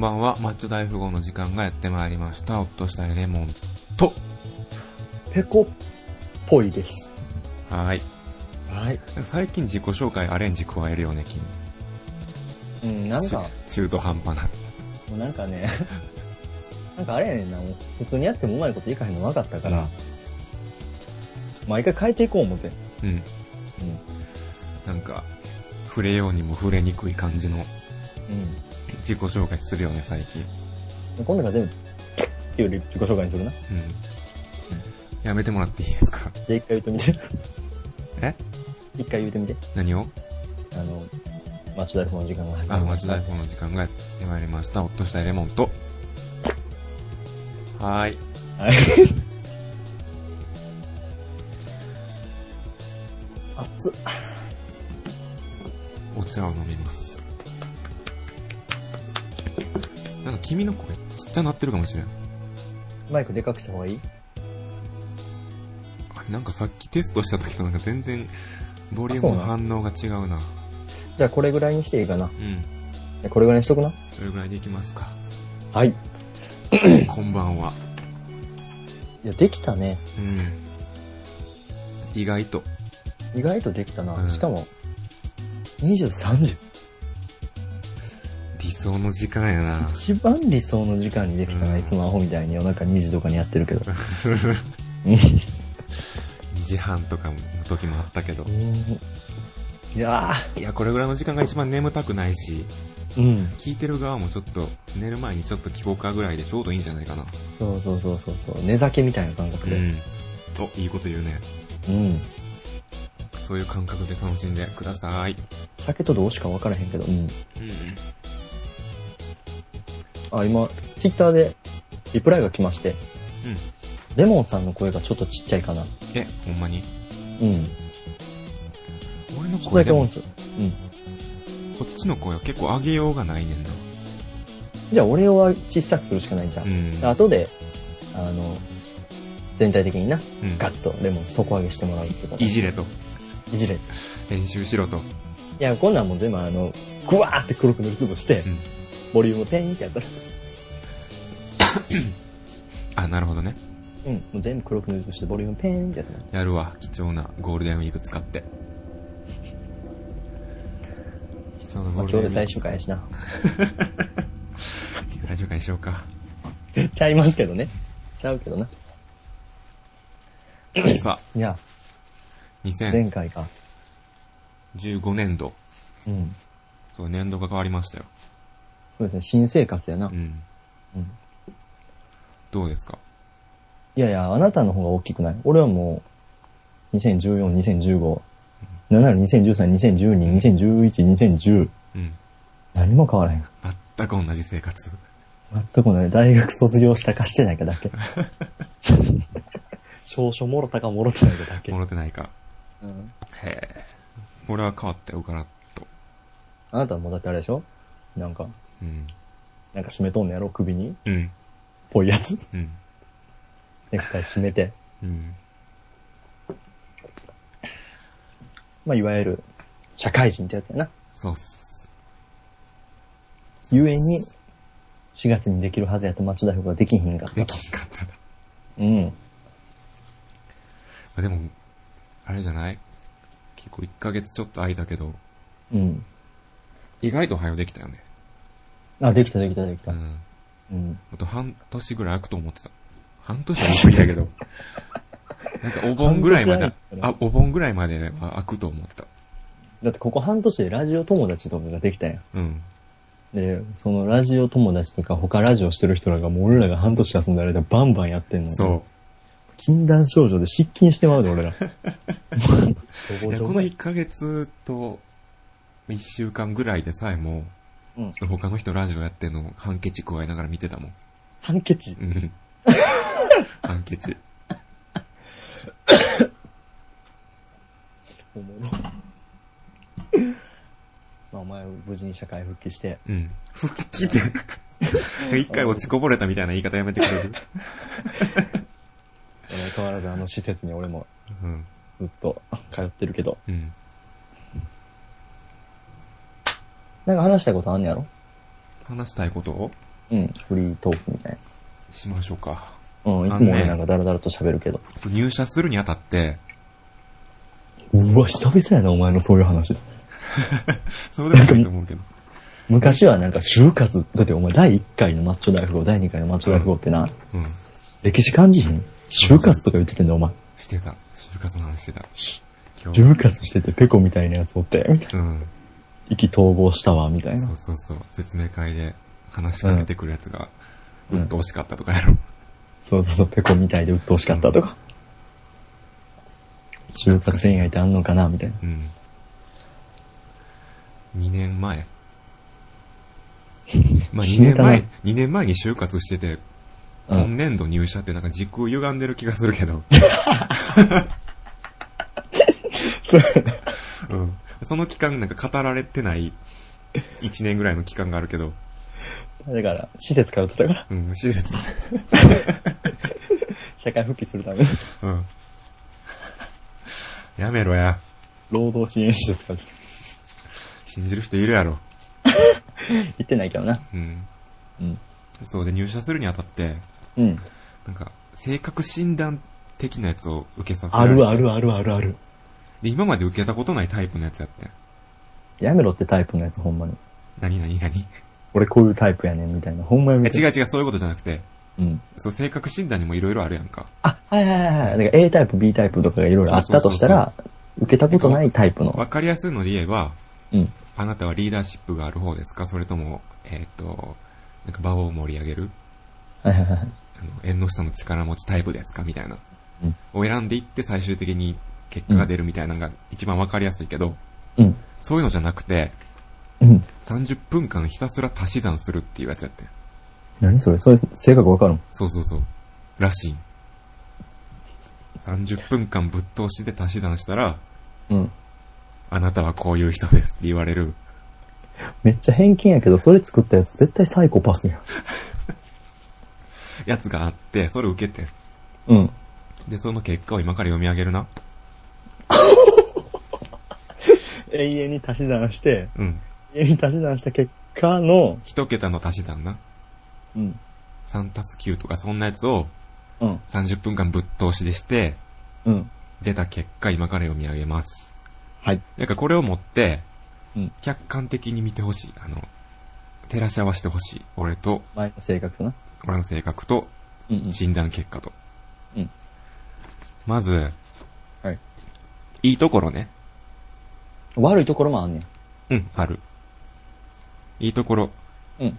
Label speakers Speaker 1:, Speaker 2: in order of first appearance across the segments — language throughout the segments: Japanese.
Speaker 1: ばんは、マッチョ大富豪の時間がやってまいりました。おっとしたいレモンと、
Speaker 2: ペコっぽいです。
Speaker 1: はい。
Speaker 2: はい。
Speaker 1: 最近自己紹介アレンジ加えるよね、君。
Speaker 2: うん、なんか、
Speaker 1: ち中途半端な。
Speaker 2: もうなんかね、 なんかあれやねんな、もう普通にやってもうまいこといかへんの分かったから、毎回変えていこう思って。
Speaker 1: うん。
Speaker 2: うん。
Speaker 1: なんか、触れようにも触れにくい感じの自己紹介するよね、最近。
Speaker 2: うん。今度から全部、っていうより自己紹介にするな。
Speaker 1: うん。やめてもらっていいですか
Speaker 2: じゃあ一回言ってみて。
Speaker 1: え
Speaker 2: 一回言ってみて。
Speaker 1: 何を
Speaker 2: あの、マッチョ大フの時間が始ま
Speaker 1: あ、
Speaker 2: り
Speaker 1: マ
Speaker 2: ま
Speaker 1: ッチ
Speaker 2: し
Speaker 1: ョ
Speaker 2: た。
Speaker 1: 大富豪の時間がやってまいりました。おっとしたいレモンと、はーい。
Speaker 2: はい。 熱っ。
Speaker 1: お茶を飲みます。なんか君の声ちっちゃなってるかもしれん。
Speaker 2: マイクでかくした方がいい
Speaker 1: あれなんかさっきテストした時となんか全然ボリュームの
Speaker 2: あそう
Speaker 1: 反応が違うな。
Speaker 2: じゃあこれぐらいにしていいか
Speaker 1: う
Speaker 2: な。
Speaker 1: ん。
Speaker 2: これぐらいにしとくな。
Speaker 1: それぐらいでいきますか。
Speaker 2: はい。い
Speaker 1: こんばんは。
Speaker 2: や、できたね。
Speaker 1: うん。意外と。
Speaker 2: 意外とできたな。
Speaker 1: うん
Speaker 2: しかも、23時。
Speaker 1: 理想の時間やな。
Speaker 2: 一番理想の時間にできたな。
Speaker 1: うん
Speaker 2: いつもアホみたいに夜中2時とかにやってるけど。
Speaker 1: 2時半とかの時もあったけど
Speaker 2: う。んいや
Speaker 1: いや、これぐらいの時間が一番眠たくないし、
Speaker 2: ーうん。
Speaker 1: 聞いてる側もちょっと、寝る前にちょっと聞こうかぐらいでちょうどいいんじゃないかな。
Speaker 2: そうそうそうそうそう。寝酒みたいな感覚
Speaker 1: う
Speaker 2: で。
Speaker 1: ん。お、いいこと言うね。
Speaker 2: うん。
Speaker 1: そういう感覚で楽しんでください。
Speaker 2: 酒とどうしか分からへんけど。うん。
Speaker 1: うんうん。
Speaker 2: あ、今、ツイッターでリプライが来まして、
Speaker 1: うん。
Speaker 2: レモンさんの声がちょっとちっちゃいかな。
Speaker 1: え、ほんまに
Speaker 2: うん。
Speaker 1: 俺の
Speaker 2: こ
Speaker 1: 声
Speaker 2: れだけ
Speaker 1: で
Speaker 2: 思う
Speaker 1: も、
Speaker 2: んですよ。うん。
Speaker 1: こっちの声は結構上げようがないねんな。
Speaker 2: じゃあ俺を小さくするしかないんじゃん
Speaker 1: う。ん。
Speaker 2: 後で、あの、全体的にな、
Speaker 1: うん
Speaker 2: ガッとレモン底上げしてもらうっていうか、
Speaker 1: いじれと。
Speaker 2: いじれ。い
Speaker 1: 練習しろと。
Speaker 2: や、こんなんもう全部あの、グワーって黒く塗りつぶして、
Speaker 1: うん
Speaker 2: ボリュームペインってやったら、
Speaker 1: あ、なるほどね。
Speaker 2: うん、もう全部黒く塗りつぶして、ボリュームペインってやったら、
Speaker 1: やるわ。貴重なゴールデンウィーク使って。貴重な
Speaker 2: ま
Speaker 1: ゴ
Speaker 2: あ
Speaker 1: ールデンウィーク
Speaker 2: 今日で。最終回やしな。
Speaker 1: 最終回しようか。
Speaker 2: ちゃいますけどね。ちゃうけどな。
Speaker 1: さ
Speaker 2: いや、
Speaker 1: あ、2015
Speaker 2: 前回か。
Speaker 1: 年度。
Speaker 2: うん。
Speaker 1: そう、年度が変わりましたよ。
Speaker 2: そうですね、新生活やな。
Speaker 1: うん。
Speaker 2: うん
Speaker 1: どうですか
Speaker 2: いやいや、あなたの方が大きくない俺はもう、2014、2015、7、2013、2012、2011、2010、
Speaker 1: うん。
Speaker 2: 何も変わらへん。
Speaker 1: 全く同じ生活。
Speaker 2: 全くない。大学卒業したかしてないかだけ。 少々もろたかもろてないかだけ。
Speaker 1: もろてないか。
Speaker 2: うん
Speaker 1: へえ。俺は変わったよ、ガラッと。
Speaker 2: あなたもだってあれでしょなんか、
Speaker 1: うん。
Speaker 2: なんか締めとんのやろ首に
Speaker 1: うん。
Speaker 2: ぽいやつ。
Speaker 1: うん。
Speaker 2: ネクタイ締めて。
Speaker 1: うん。
Speaker 2: まあ、いわゆる、社会人ってやつやな。
Speaker 1: そうっす。
Speaker 2: ゆえに、4月にできるはずやと町田夫ができひんかった
Speaker 1: で
Speaker 2: と。
Speaker 1: きんかったな。
Speaker 2: うん。
Speaker 1: まあでも、あれじゃない結構1ヶ月ちょっと空いたけど、
Speaker 2: うん。
Speaker 1: 意外と早うできたよね。
Speaker 2: あ、できたできたでき
Speaker 1: う
Speaker 2: た。
Speaker 1: ん。
Speaker 2: うん。
Speaker 1: あと半年ぐらい空くと思ってた。半年は言い過ぎだけど。なんかお盆ぐらいまで
Speaker 2: 半年、は
Speaker 1: あ、お盆ぐらいまでは空くと思ってた。
Speaker 2: だってここ半年でラジオ友達とかができたやん。
Speaker 1: うん。
Speaker 2: で、そのラジオ友達とか他ラジオしてる人らがもう俺らが半年休んだ間バンバンやってんの。。
Speaker 1: そう
Speaker 2: 禁断症状で失禁してまうで俺 ら。
Speaker 1: う。いや
Speaker 2: 消
Speaker 1: こ
Speaker 2: 防
Speaker 1: の
Speaker 2: 庁
Speaker 1: 1ヶ月と1週間ぐらいでさえも、
Speaker 2: うん
Speaker 1: ちょっと他の人ラジオやってんの半ケチ加えながら見てた もん。
Speaker 2: ハンケチ。
Speaker 1: うん。半ケチ。
Speaker 2: おもろ まあお前無事に社会復帰して。
Speaker 1: うん。復帰って。一回落ちこぼれたみたいな言い方やめてくれる
Speaker 2: 俺は変わらずあの施設に俺も
Speaker 1: うん。
Speaker 2: ずっと通ってるけど。
Speaker 1: うん。
Speaker 2: なんか話したいことあんねやろ
Speaker 1: 話したいことを
Speaker 2: うん、フリートークみたい
Speaker 1: しましょうか。
Speaker 2: な。うん、いつも俺なんかダラダラと喋るけど。
Speaker 1: そう入社するにあたって、
Speaker 2: うわ、久々やな、お前のそういう話。
Speaker 1: そうでもないと思うけど。
Speaker 2: 昔はなんか就活、だってお前第1回のマッチョ大富豪、第2回のマッチョ大富豪ってな、
Speaker 1: うん。
Speaker 2: 歴史感じひん就活とか言っててんだお前。
Speaker 1: してた。就活の話してた。今日。
Speaker 2: 就活しててペコみたいなやつおって、みたいな
Speaker 1: うん。
Speaker 2: 意気投合したわ、みたいな
Speaker 1: そう。そうそう。説明会で話しかけてくるやつが、
Speaker 2: う
Speaker 1: うんっと惜しかったとかやろ。
Speaker 2: そうそうそう、ペコみたいで鬱陶しかったとか。就活恋愛ってあんのかなみたいな。
Speaker 1: うん。2年 前。まあ2年
Speaker 2: 決めた
Speaker 1: 前
Speaker 2: ね、
Speaker 1: 2年前に就活してて、
Speaker 2: うん
Speaker 1: 今年度入社ってなんか時空歪んでる気がするけ ど。うん。その期間なんか語られてない1年ぐらいの期間があるけど、
Speaker 2: だから、施設通ってたから、
Speaker 1: うん、施設。
Speaker 2: 社会復帰するために、
Speaker 1: うん。やめろや。
Speaker 2: 労働支援施設通って
Speaker 1: 信じる人いるやろ。
Speaker 2: た行ってないけどな。
Speaker 1: うん。
Speaker 2: うん。
Speaker 1: そうで入社するにあたって、
Speaker 2: うん。
Speaker 1: なんか、性格診断的なやつを受けさせら
Speaker 2: あ
Speaker 1: れ
Speaker 2: るあるあるあるある。
Speaker 1: で、今まで受けたことないタイプのやつやってん。
Speaker 2: やめろってタイプのやつほんまに。
Speaker 1: 何何 何い
Speaker 2: 俺こういうタイプやねんみたいな。ほんまやめて。
Speaker 1: や違う違う、そういうことじゃなくて、
Speaker 2: うん。
Speaker 1: そう、性格診断にもいろいろあるやんか。
Speaker 2: あ、はいはいはいはい。だから A タイプ、B タイプとかがいろいろあったとしたら、受けたことないタイプの。
Speaker 1: わかりやすいので言えば、
Speaker 2: うん。
Speaker 1: あなたはリーダーシップがある方ですかそれとも、えっ、と、なんか場を盛り上げる
Speaker 2: はいはいはい。
Speaker 1: あの、縁の下の力持ちタイプですかみたいな。
Speaker 2: うん
Speaker 1: を選んでいって最終的に結果が出るみたいなのが一番わかりやすいけど、
Speaker 2: うん。
Speaker 1: そういうのじゃなくて、
Speaker 2: うん。
Speaker 1: 30分間ひたすら足し算するっていうやつやってん。
Speaker 2: 何それそれ、性格わかるの
Speaker 1: そうそうそう。らしい。30分間ぶっ通しで足し算したら、
Speaker 2: うん。
Speaker 1: あなたはこういう人ですって言われる。
Speaker 2: めっちゃ偏見やけど、それ作ったやつ絶対サイコパスやん。
Speaker 1: やつがあって、それ受けて。
Speaker 2: うん。
Speaker 1: で、その結果を今から読み上げるな。
Speaker 2: 永遠に足し算して、
Speaker 1: うん。
Speaker 2: 永遠に足し算した結果の、
Speaker 1: 一桁の足し算な。
Speaker 2: うん。
Speaker 1: 3たす9とかそんなやつを
Speaker 2: うん。
Speaker 1: 30分間ぶっ通しでして、
Speaker 2: うん。
Speaker 1: 出た結果今から読み上げます。
Speaker 2: はい。
Speaker 1: なんかこれを持って
Speaker 2: うん、
Speaker 1: 客観的に見てほしい。あの、照らし合わせてほしい。俺と、
Speaker 2: 前の性格とな。
Speaker 1: 俺の性格と、
Speaker 2: うん、うん。
Speaker 1: 診断結果と。
Speaker 2: うん
Speaker 1: まず、
Speaker 2: はい。
Speaker 1: いいところね。
Speaker 2: 悪いところもあんねん。
Speaker 1: うん、ある。いいところ。
Speaker 2: うん。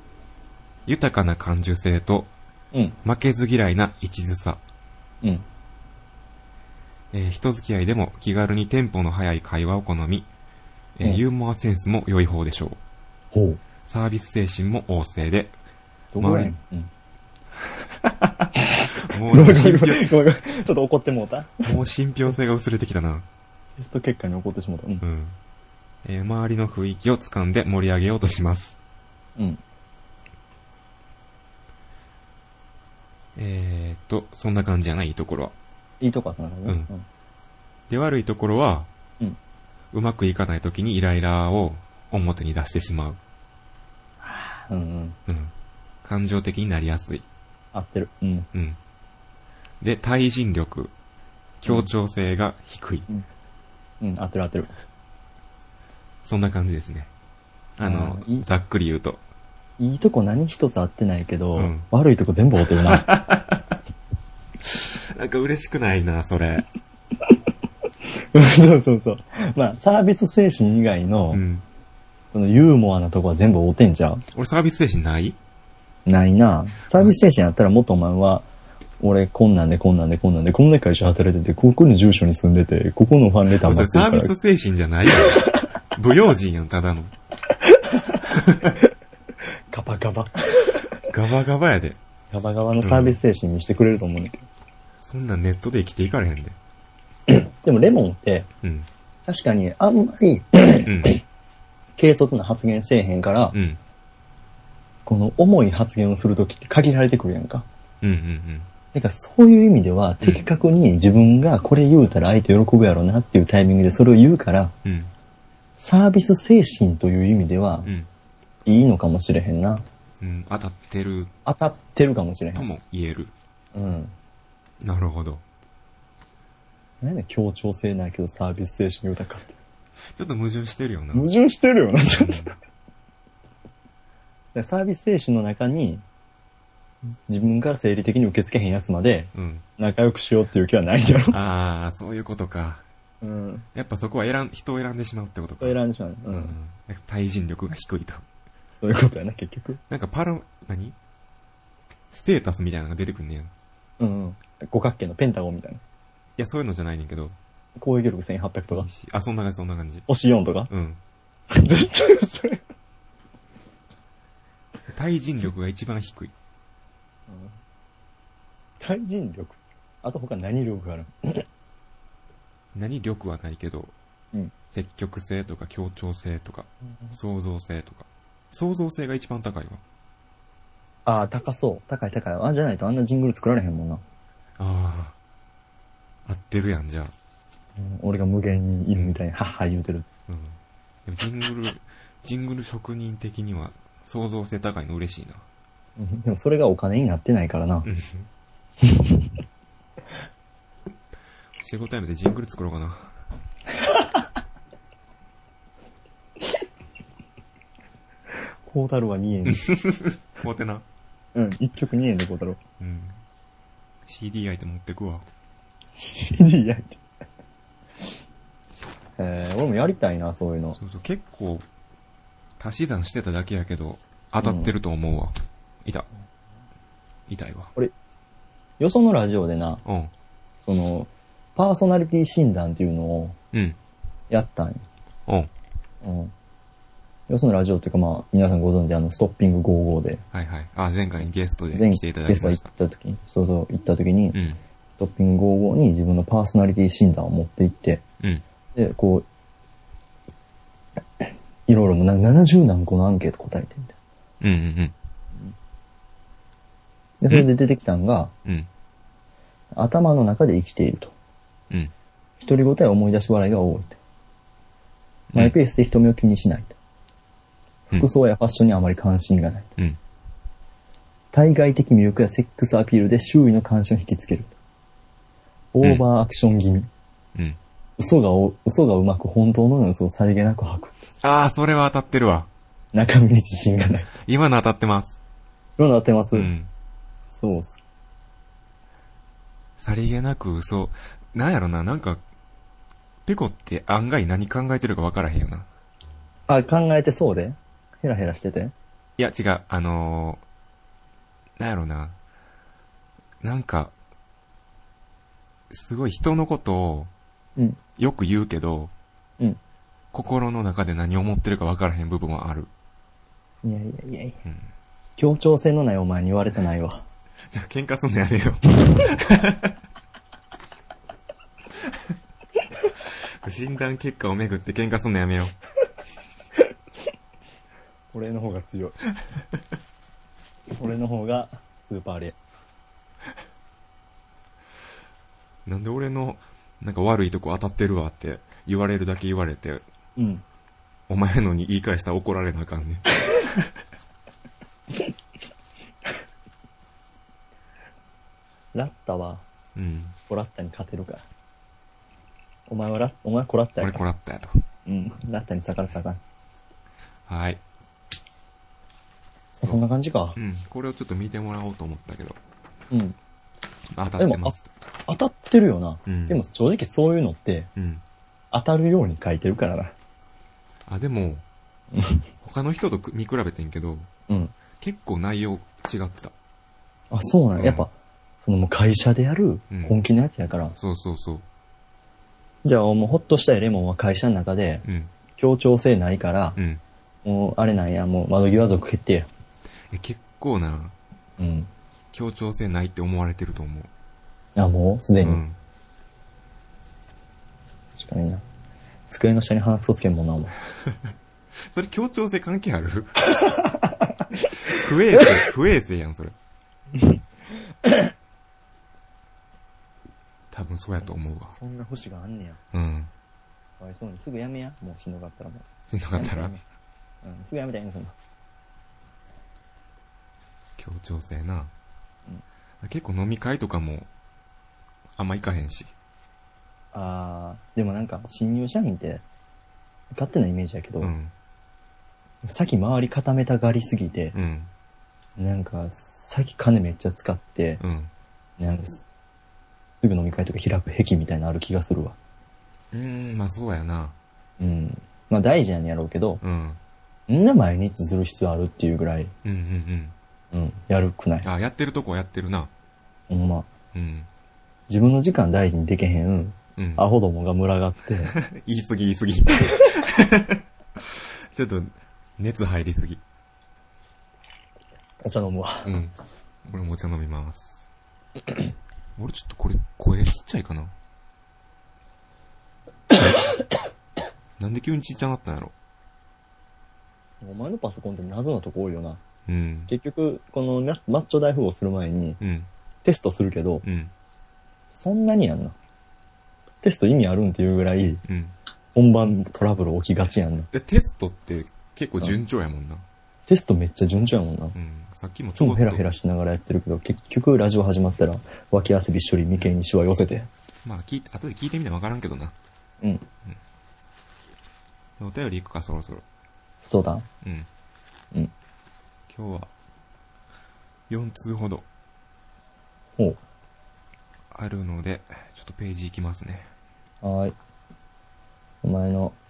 Speaker 1: 豊かな感受性と、
Speaker 2: うん。
Speaker 1: 負けず嫌いな一途さ。
Speaker 2: うん。
Speaker 1: えー人付き合いでも気軽にテンポの速い会話を好み、えー
Speaker 2: うん
Speaker 1: ユーモアセンスも良い方でしょう。
Speaker 2: ほう。
Speaker 1: サービス精神も旺盛 で、
Speaker 2: どこやねん。うん。
Speaker 1: も
Speaker 2: ごめ
Speaker 1: う
Speaker 2: んごめん
Speaker 1: 信
Speaker 2: ごめ
Speaker 1: 憑、
Speaker 2: んごめんちょっと怒ってもうた。
Speaker 1: もう信憑性が薄れてきたな。
Speaker 2: テスト結果に怒ってしもうた。う
Speaker 1: う。
Speaker 2: ん
Speaker 1: ん。えー周りの雰囲気を掴んで盛り上げようとします。
Speaker 2: うん。
Speaker 1: えー、っと、そんな感じやない、いいところは。
Speaker 2: いいとこはそんな感じ。
Speaker 1: うんで、悪いところは、
Speaker 2: うん
Speaker 1: うまくいかないときにイライラを表に出してしまう。
Speaker 2: うん。うんうん。
Speaker 1: うん。感情的になりやすい。
Speaker 2: 合ってる。うん。
Speaker 1: うん。で、対人力。協調性が低い。
Speaker 2: うん、合ってる合ってる。
Speaker 1: そんな感じですね。あの
Speaker 2: あーい、い
Speaker 1: ざっくり言うと。
Speaker 2: いいとこ何一つ合ってないけど、
Speaker 1: うん
Speaker 2: 悪いとこ全部合って るな。
Speaker 1: なんか嬉しくないな、それ。
Speaker 2: そうそうそう。まあ、サービス精神以外の、
Speaker 1: うん。
Speaker 2: そのユーモアなとこは全部合ってんじゃん。
Speaker 1: 俺サービス精神ない
Speaker 2: ないな。サービス精神あったらもっとお前は、俺こんなんでこんなんでこんなんで、こんな会社働いてて、ここの住所に住んでて、ここのファンレター
Speaker 1: そ
Speaker 2: 待
Speaker 1: れ
Speaker 2: って
Speaker 1: サービ
Speaker 2: るか
Speaker 1: ス
Speaker 2: ら。
Speaker 1: 精神じゃないやん。不用心やん、ただの。
Speaker 2: ガバガバ。
Speaker 1: ガバガバやで。
Speaker 2: ガバガバのサービス精神にしてくれると思うんだけど。
Speaker 1: そんなんネットで生きていかれへんで。
Speaker 2: でもレモンって、
Speaker 1: うん。
Speaker 2: 確かにあんまり
Speaker 1: うん。
Speaker 2: 軽率な発言せえへんから、
Speaker 1: うん。
Speaker 2: この重い発言をするときって限られてくるやんか。
Speaker 1: うんうんうん。
Speaker 2: だからそういう意味では、
Speaker 1: うん
Speaker 2: 的確に自分がこれ言うたら相手喜ぶやろなっていうタイミングでそれを言うから、
Speaker 1: うん。
Speaker 2: サービス精神という意味では
Speaker 1: う、ん。
Speaker 2: いいのかもしれへんな。
Speaker 1: うん、当たってる
Speaker 2: 当たってるかもしれへ
Speaker 1: と
Speaker 2: ん。
Speaker 1: も言える。
Speaker 2: うん。
Speaker 1: なるほど。
Speaker 2: 何やねん協調性ないけどサービス精神豊かって。
Speaker 1: ちょっと矛盾してるよな。
Speaker 2: 矛盾してるよな、ちょっと。でサービス精神の中に、自分から生理的に受け付けへんやつまで
Speaker 1: うん。
Speaker 2: 仲良くしようっていう気はないんだろ。
Speaker 1: ああ、そういうことか。
Speaker 2: うん。
Speaker 1: やっぱそこは選ん、人を選んでしまうってことか。
Speaker 2: それ選んでしまうね。う。
Speaker 1: うんん。なんか対人力が低いと。
Speaker 2: そういうことやな、結局。
Speaker 1: なんかパラ、何ステータスみたいなのが出てくんねや。い
Speaker 2: うんうん。五角形のペンタゴンみたいな。
Speaker 1: や、そういうのじゃないねんけど。
Speaker 2: 攻撃力1800とか、
Speaker 1: あ、そんな感じ、そんな感じ。
Speaker 2: 星4とか。
Speaker 1: うん。
Speaker 2: 絶対それ。
Speaker 1: 対人力が一番低い。
Speaker 2: 対人力。あと他何力がある
Speaker 1: 何力はないけど、
Speaker 2: うん
Speaker 1: 積極性とか協調性とか、創造性とか。創造性が一番高いわ。
Speaker 2: ああ、高そう。高い高い。あ、じゃないとあんなジングル作られへんもんな。
Speaker 1: ああ。合ってるやん、じゃあ。
Speaker 2: うん俺が無限にいるみたいに、はっは言うてる。
Speaker 1: うん。でもジング ル、ジングル職人的には創造性高いの嬉しいな。
Speaker 2: うんでもそれがお金になってないからな。
Speaker 1: 仕事辞めてジングル作ろうかな。
Speaker 2: コータルは2円。
Speaker 1: モテな。
Speaker 2: うん、1曲2円でコータル。
Speaker 1: うん。CD 相手持ってくわ。
Speaker 2: いや。えー、俺もやりたいな、そういうの。
Speaker 1: そうそう、結構、足し算してただけやけど、当たってると思うわ。いた。痛いわ。
Speaker 2: よそのラジオでな、
Speaker 1: うん。
Speaker 2: その、パーソナリティ診断っていうのを
Speaker 1: うん。
Speaker 2: やったんよ。
Speaker 1: うん。
Speaker 2: うん。よそのラジオっていうかまあ、皆さんご存知あの、ストッピング55で、
Speaker 1: はいはい。あ、前回ゲストで
Speaker 2: 前
Speaker 1: 来ていただ
Speaker 2: ゲス
Speaker 1: き
Speaker 2: ト
Speaker 1: ま
Speaker 2: 行
Speaker 1: し。
Speaker 2: ったた時に、そうそう、行った時に、
Speaker 1: うん。
Speaker 2: ストッピング55に自分のパーソナリティ診断を持って行って、
Speaker 1: うん。
Speaker 2: で、こう、いろいろもうな70何個のアンケート答えてみたい
Speaker 1: うんうん
Speaker 2: な。で、それで出てきたんが、
Speaker 1: うん。うん。
Speaker 2: 頭の中で生きていると。
Speaker 1: うん。
Speaker 2: 独り言や思い出し笑いが多いと。マイペースで人目を気にしないと。
Speaker 1: うん
Speaker 2: 服装やファッションにあまり関心がないと。
Speaker 1: うん。
Speaker 2: 対外的魅力やセックスアピールで周囲の関心を引きつけると。オーバーアクション気味。
Speaker 1: うん。
Speaker 2: 嘘がお、嘘がうまく本当の嘘をさりげなく吐く。
Speaker 1: あー、それは当たってるわ。
Speaker 2: 中身に自信がない。
Speaker 1: 今の当たってます。
Speaker 2: どうなってます、
Speaker 1: うん。
Speaker 2: そうっす。
Speaker 1: さりげなく嘘。なんやろな、なんか、ペコって案外何考えてるか分からへんよな。
Speaker 2: あ、考えてそうでヘラヘラしてて。
Speaker 1: いや、違う、あのー、なんやろな。なんか、すごい人のことを
Speaker 2: うん。
Speaker 1: よく言うけど、
Speaker 2: うん。
Speaker 1: 心の中で何を思ってるか分からへん部分はある。
Speaker 2: いやいやいやいや。
Speaker 1: うん。
Speaker 2: 協調性のないお前に言われてないわ。
Speaker 1: じゃあ喧嘩すんのやめ よう。診断結果をめぐって喧嘩すんのやめよう。
Speaker 2: 俺の方が強い。俺の方がスーパーレ。
Speaker 1: なんで俺の、なんか悪いとこ当たってるわって言われるだけ言われて、
Speaker 2: うん。
Speaker 1: お前のに言い返したら怒られなあかんねん。
Speaker 2: ラッタは
Speaker 1: うん。
Speaker 2: コラッタに勝てるから。お前はラッ、お前はコラッタや
Speaker 1: 俺
Speaker 2: か
Speaker 1: こ
Speaker 2: ら。
Speaker 1: らったやと。
Speaker 2: うん。ラッタに逆らったらあかん
Speaker 1: はい。
Speaker 2: そんな感じか
Speaker 1: う。ん。これをちょっと見てもらおうと思ったけど、
Speaker 2: うん。
Speaker 1: 当たってますと。
Speaker 2: 当たってるよな。
Speaker 1: うん
Speaker 2: でも正直そういうのって
Speaker 1: うん。
Speaker 2: 当たるように書いてるからな。
Speaker 1: あ、でも、他の人とく見比べてんけど、
Speaker 2: うん。
Speaker 1: 結構内容違ってた。
Speaker 2: あ、そうなん
Speaker 1: う
Speaker 2: や。
Speaker 1: ん
Speaker 2: やっぱ、そのもう会社でやる
Speaker 1: うん
Speaker 2: 本気のやつやから。
Speaker 1: そうそうそう。
Speaker 2: じゃあもうほっとしたいレモンは会社の中で
Speaker 1: うん。
Speaker 2: 協調性ないから
Speaker 1: う、ん。
Speaker 2: もうあれなんや、もう窓際族決定や。
Speaker 1: え結構な、
Speaker 2: うん。
Speaker 1: 協調性ないって思われてると思う。
Speaker 2: あ、もうすで
Speaker 1: う
Speaker 2: に。
Speaker 1: ん。
Speaker 2: 確かにな。机の下に鼻くそつけんもんな、お前。
Speaker 1: それ協調性関係ある 不衛 生、不衛生やん、それ。 多分そうやと思うわ。
Speaker 2: そんな星があんねや。
Speaker 1: うん。
Speaker 2: かわいそうに。すぐやめや。もうしんどかったらもう。
Speaker 1: しんどかったら
Speaker 2: やめてやめてうん、すぐやめたらいいの、そんな。
Speaker 1: 協調性な。結構飲み会とかも、あんま行かへんし。
Speaker 2: あー、でもなんか、新入社員って、勝手なイメージやけど、
Speaker 1: うん。
Speaker 2: 先周り固めたがりすぎて、
Speaker 1: うん。
Speaker 2: なんか、先金めっちゃ使って、
Speaker 1: うん。
Speaker 2: なんか、すぐ飲み会とか開く癖みたいなのある気がするわ。
Speaker 1: うーん、まあそうやな。
Speaker 2: うん。まあ大事なんやろうけど、
Speaker 1: うん。
Speaker 2: みんな毎日する必要あるっていうぐらい、
Speaker 1: うんうん
Speaker 2: うん、やるくない
Speaker 1: うん。。あ、やってるとこはやってるな。
Speaker 2: ほんま。
Speaker 1: うん。
Speaker 2: 自分の時間大事にできへん、
Speaker 1: うん。
Speaker 2: アホどもが群がって、
Speaker 1: 言い過ぎ言い 過ぎ。ちょっと、熱入りすぎ。
Speaker 2: お茶飲むわ。
Speaker 1: うん。俺もお茶飲み ます。俺ちょっとこれ、声ちっちゃいかななんで急にちっちゃなったんやろ
Speaker 2: お前のパソコンって謎なとこ多いよな。
Speaker 1: うん。
Speaker 2: 結局、このなマッチョ大富豪する前に
Speaker 1: うん。
Speaker 2: テストするけど、
Speaker 1: うん。
Speaker 2: そんなにやんな。テスト意味あるんっていうぐらい、
Speaker 1: うん。
Speaker 2: 本番トラブル起きがちやんな。
Speaker 1: で、テストって結構順調やもんな。
Speaker 2: テストめっちゃ順調やもんな。い
Speaker 1: うん。さっきもち
Speaker 2: つ
Speaker 1: ょこ
Speaker 2: も
Speaker 1: っと。
Speaker 2: ヘラヘラしながらやってるけど、結局ラジオ始まったら、脇汗びっしょり眉間にシワ寄せて。
Speaker 1: まあ、聞いて、後で聞いてみてわからんけどな。
Speaker 2: うん。
Speaker 1: お便り行くか、そろそろ。
Speaker 2: そうだ。
Speaker 1: うん。
Speaker 2: うん。
Speaker 1: 今日は、4通ほど
Speaker 2: ほう。
Speaker 1: あるので、ちょっとページ行きますね。
Speaker 2: はーい。お前の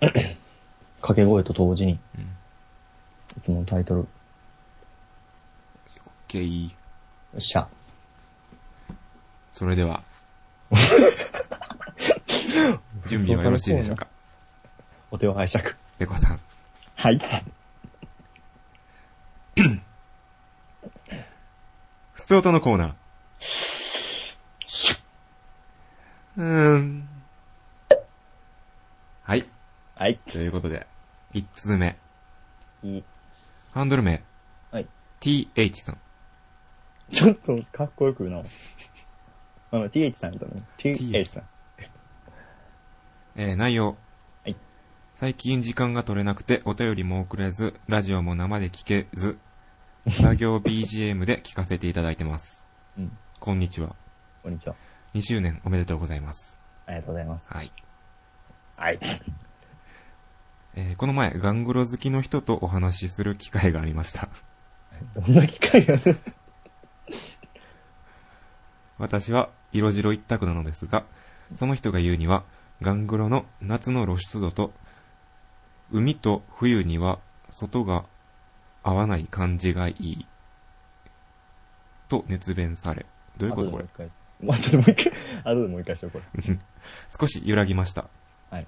Speaker 2: 掛け声と同時に、
Speaker 1: うん。
Speaker 2: いつものタイトル、
Speaker 1: OK。
Speaker 2: シャ。
Speaker 1: それで は。準備はよろしいでしょうか。
Speaker 2: お手を拝借。
Speaker 1: ペコさん。
Speaker 2: はい。
Speaker 1: 普通音のコーナー。うーん。はい。
Speaker 2: はい。
Speaker 1: ということで、5つ目。
Speaker 2: いい
Speaker 1: ハンドル名、
Speaker 2: はい。
Speaker 1: TH さん。
Speaker 2: ちょっと、かっこよく言うな。あの、TH さんとね。TH さん。
Speaker 1: えー、内容。
Speaker 2: はい
Speaker 1: 最近時間が取れなくて、お便りも送れず、ラジオも生で聞けず、作業 BGM で聞かせていただいてます。
Speaker 2: うん。
Speaker 1: こんにちは。
Speaker 2: こんにちは。
Speaker 1: 2周年おめでとうございます。
Speaker 2: ありがとうございます。
Speaker 1: はい。
Speaker 2: はい。
Speaker 1: えーこの前、ガングロ好きの人とお話しする機会がありました。
Speaker 2: どんな機会やね
Speaker 1: 私は、色白一択なのですが、その人が言うには、ガングロの夏の露出度と、海と冬には外が合わない感じがいい。と熱弁され。どういうことこれ
Speaker 2: れ。まあ、ちょっともう一回、 後でもう一回しよう、これ。
Speaker 1: 少し揺らぎました。
Speaker 2: はい。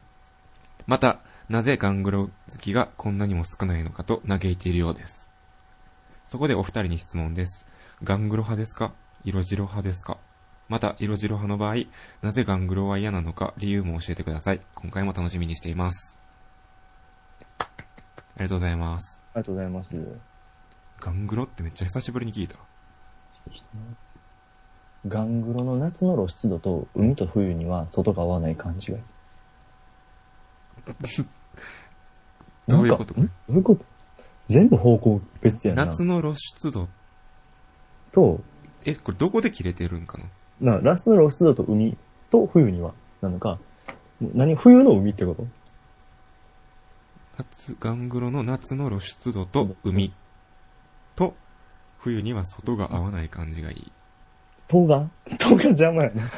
Speaker 1: また、なぜガングロ好きがこんなにも少ないのかと嘆いているようです。そこでお二人に質問です。ガングロ派ですか色白派ですかまた、色白派の場合、なぜガングロは嫌なのか理由も教えてください。今回も楽しみにしています。ありがとうございます。
Speaker 2: ありがとうございます。
Speaker 1: ガングロってめっちゃ久しぶりに聞いた。
Speaker 2: ガングロの夏の露出度と海と冬には外が合わない感じがいい。
Speaker 1: どういうこと
Speaker 2: なんかんどういうこと全部方向別やな。
Speaker 1: 夏の露出度。
Speaker 2: と、
Speaker 1: え、これどこで切れてるんかな
Speaker 2: な、ラスの露出度と海と冬には、なのか、もう何、冬の海ってこと
Speaker 1: 夏、ガングロの夏の露出度と海と、冬には外が合わない感じがいい。
Speaker 2: 塔が塔が邪魔や な。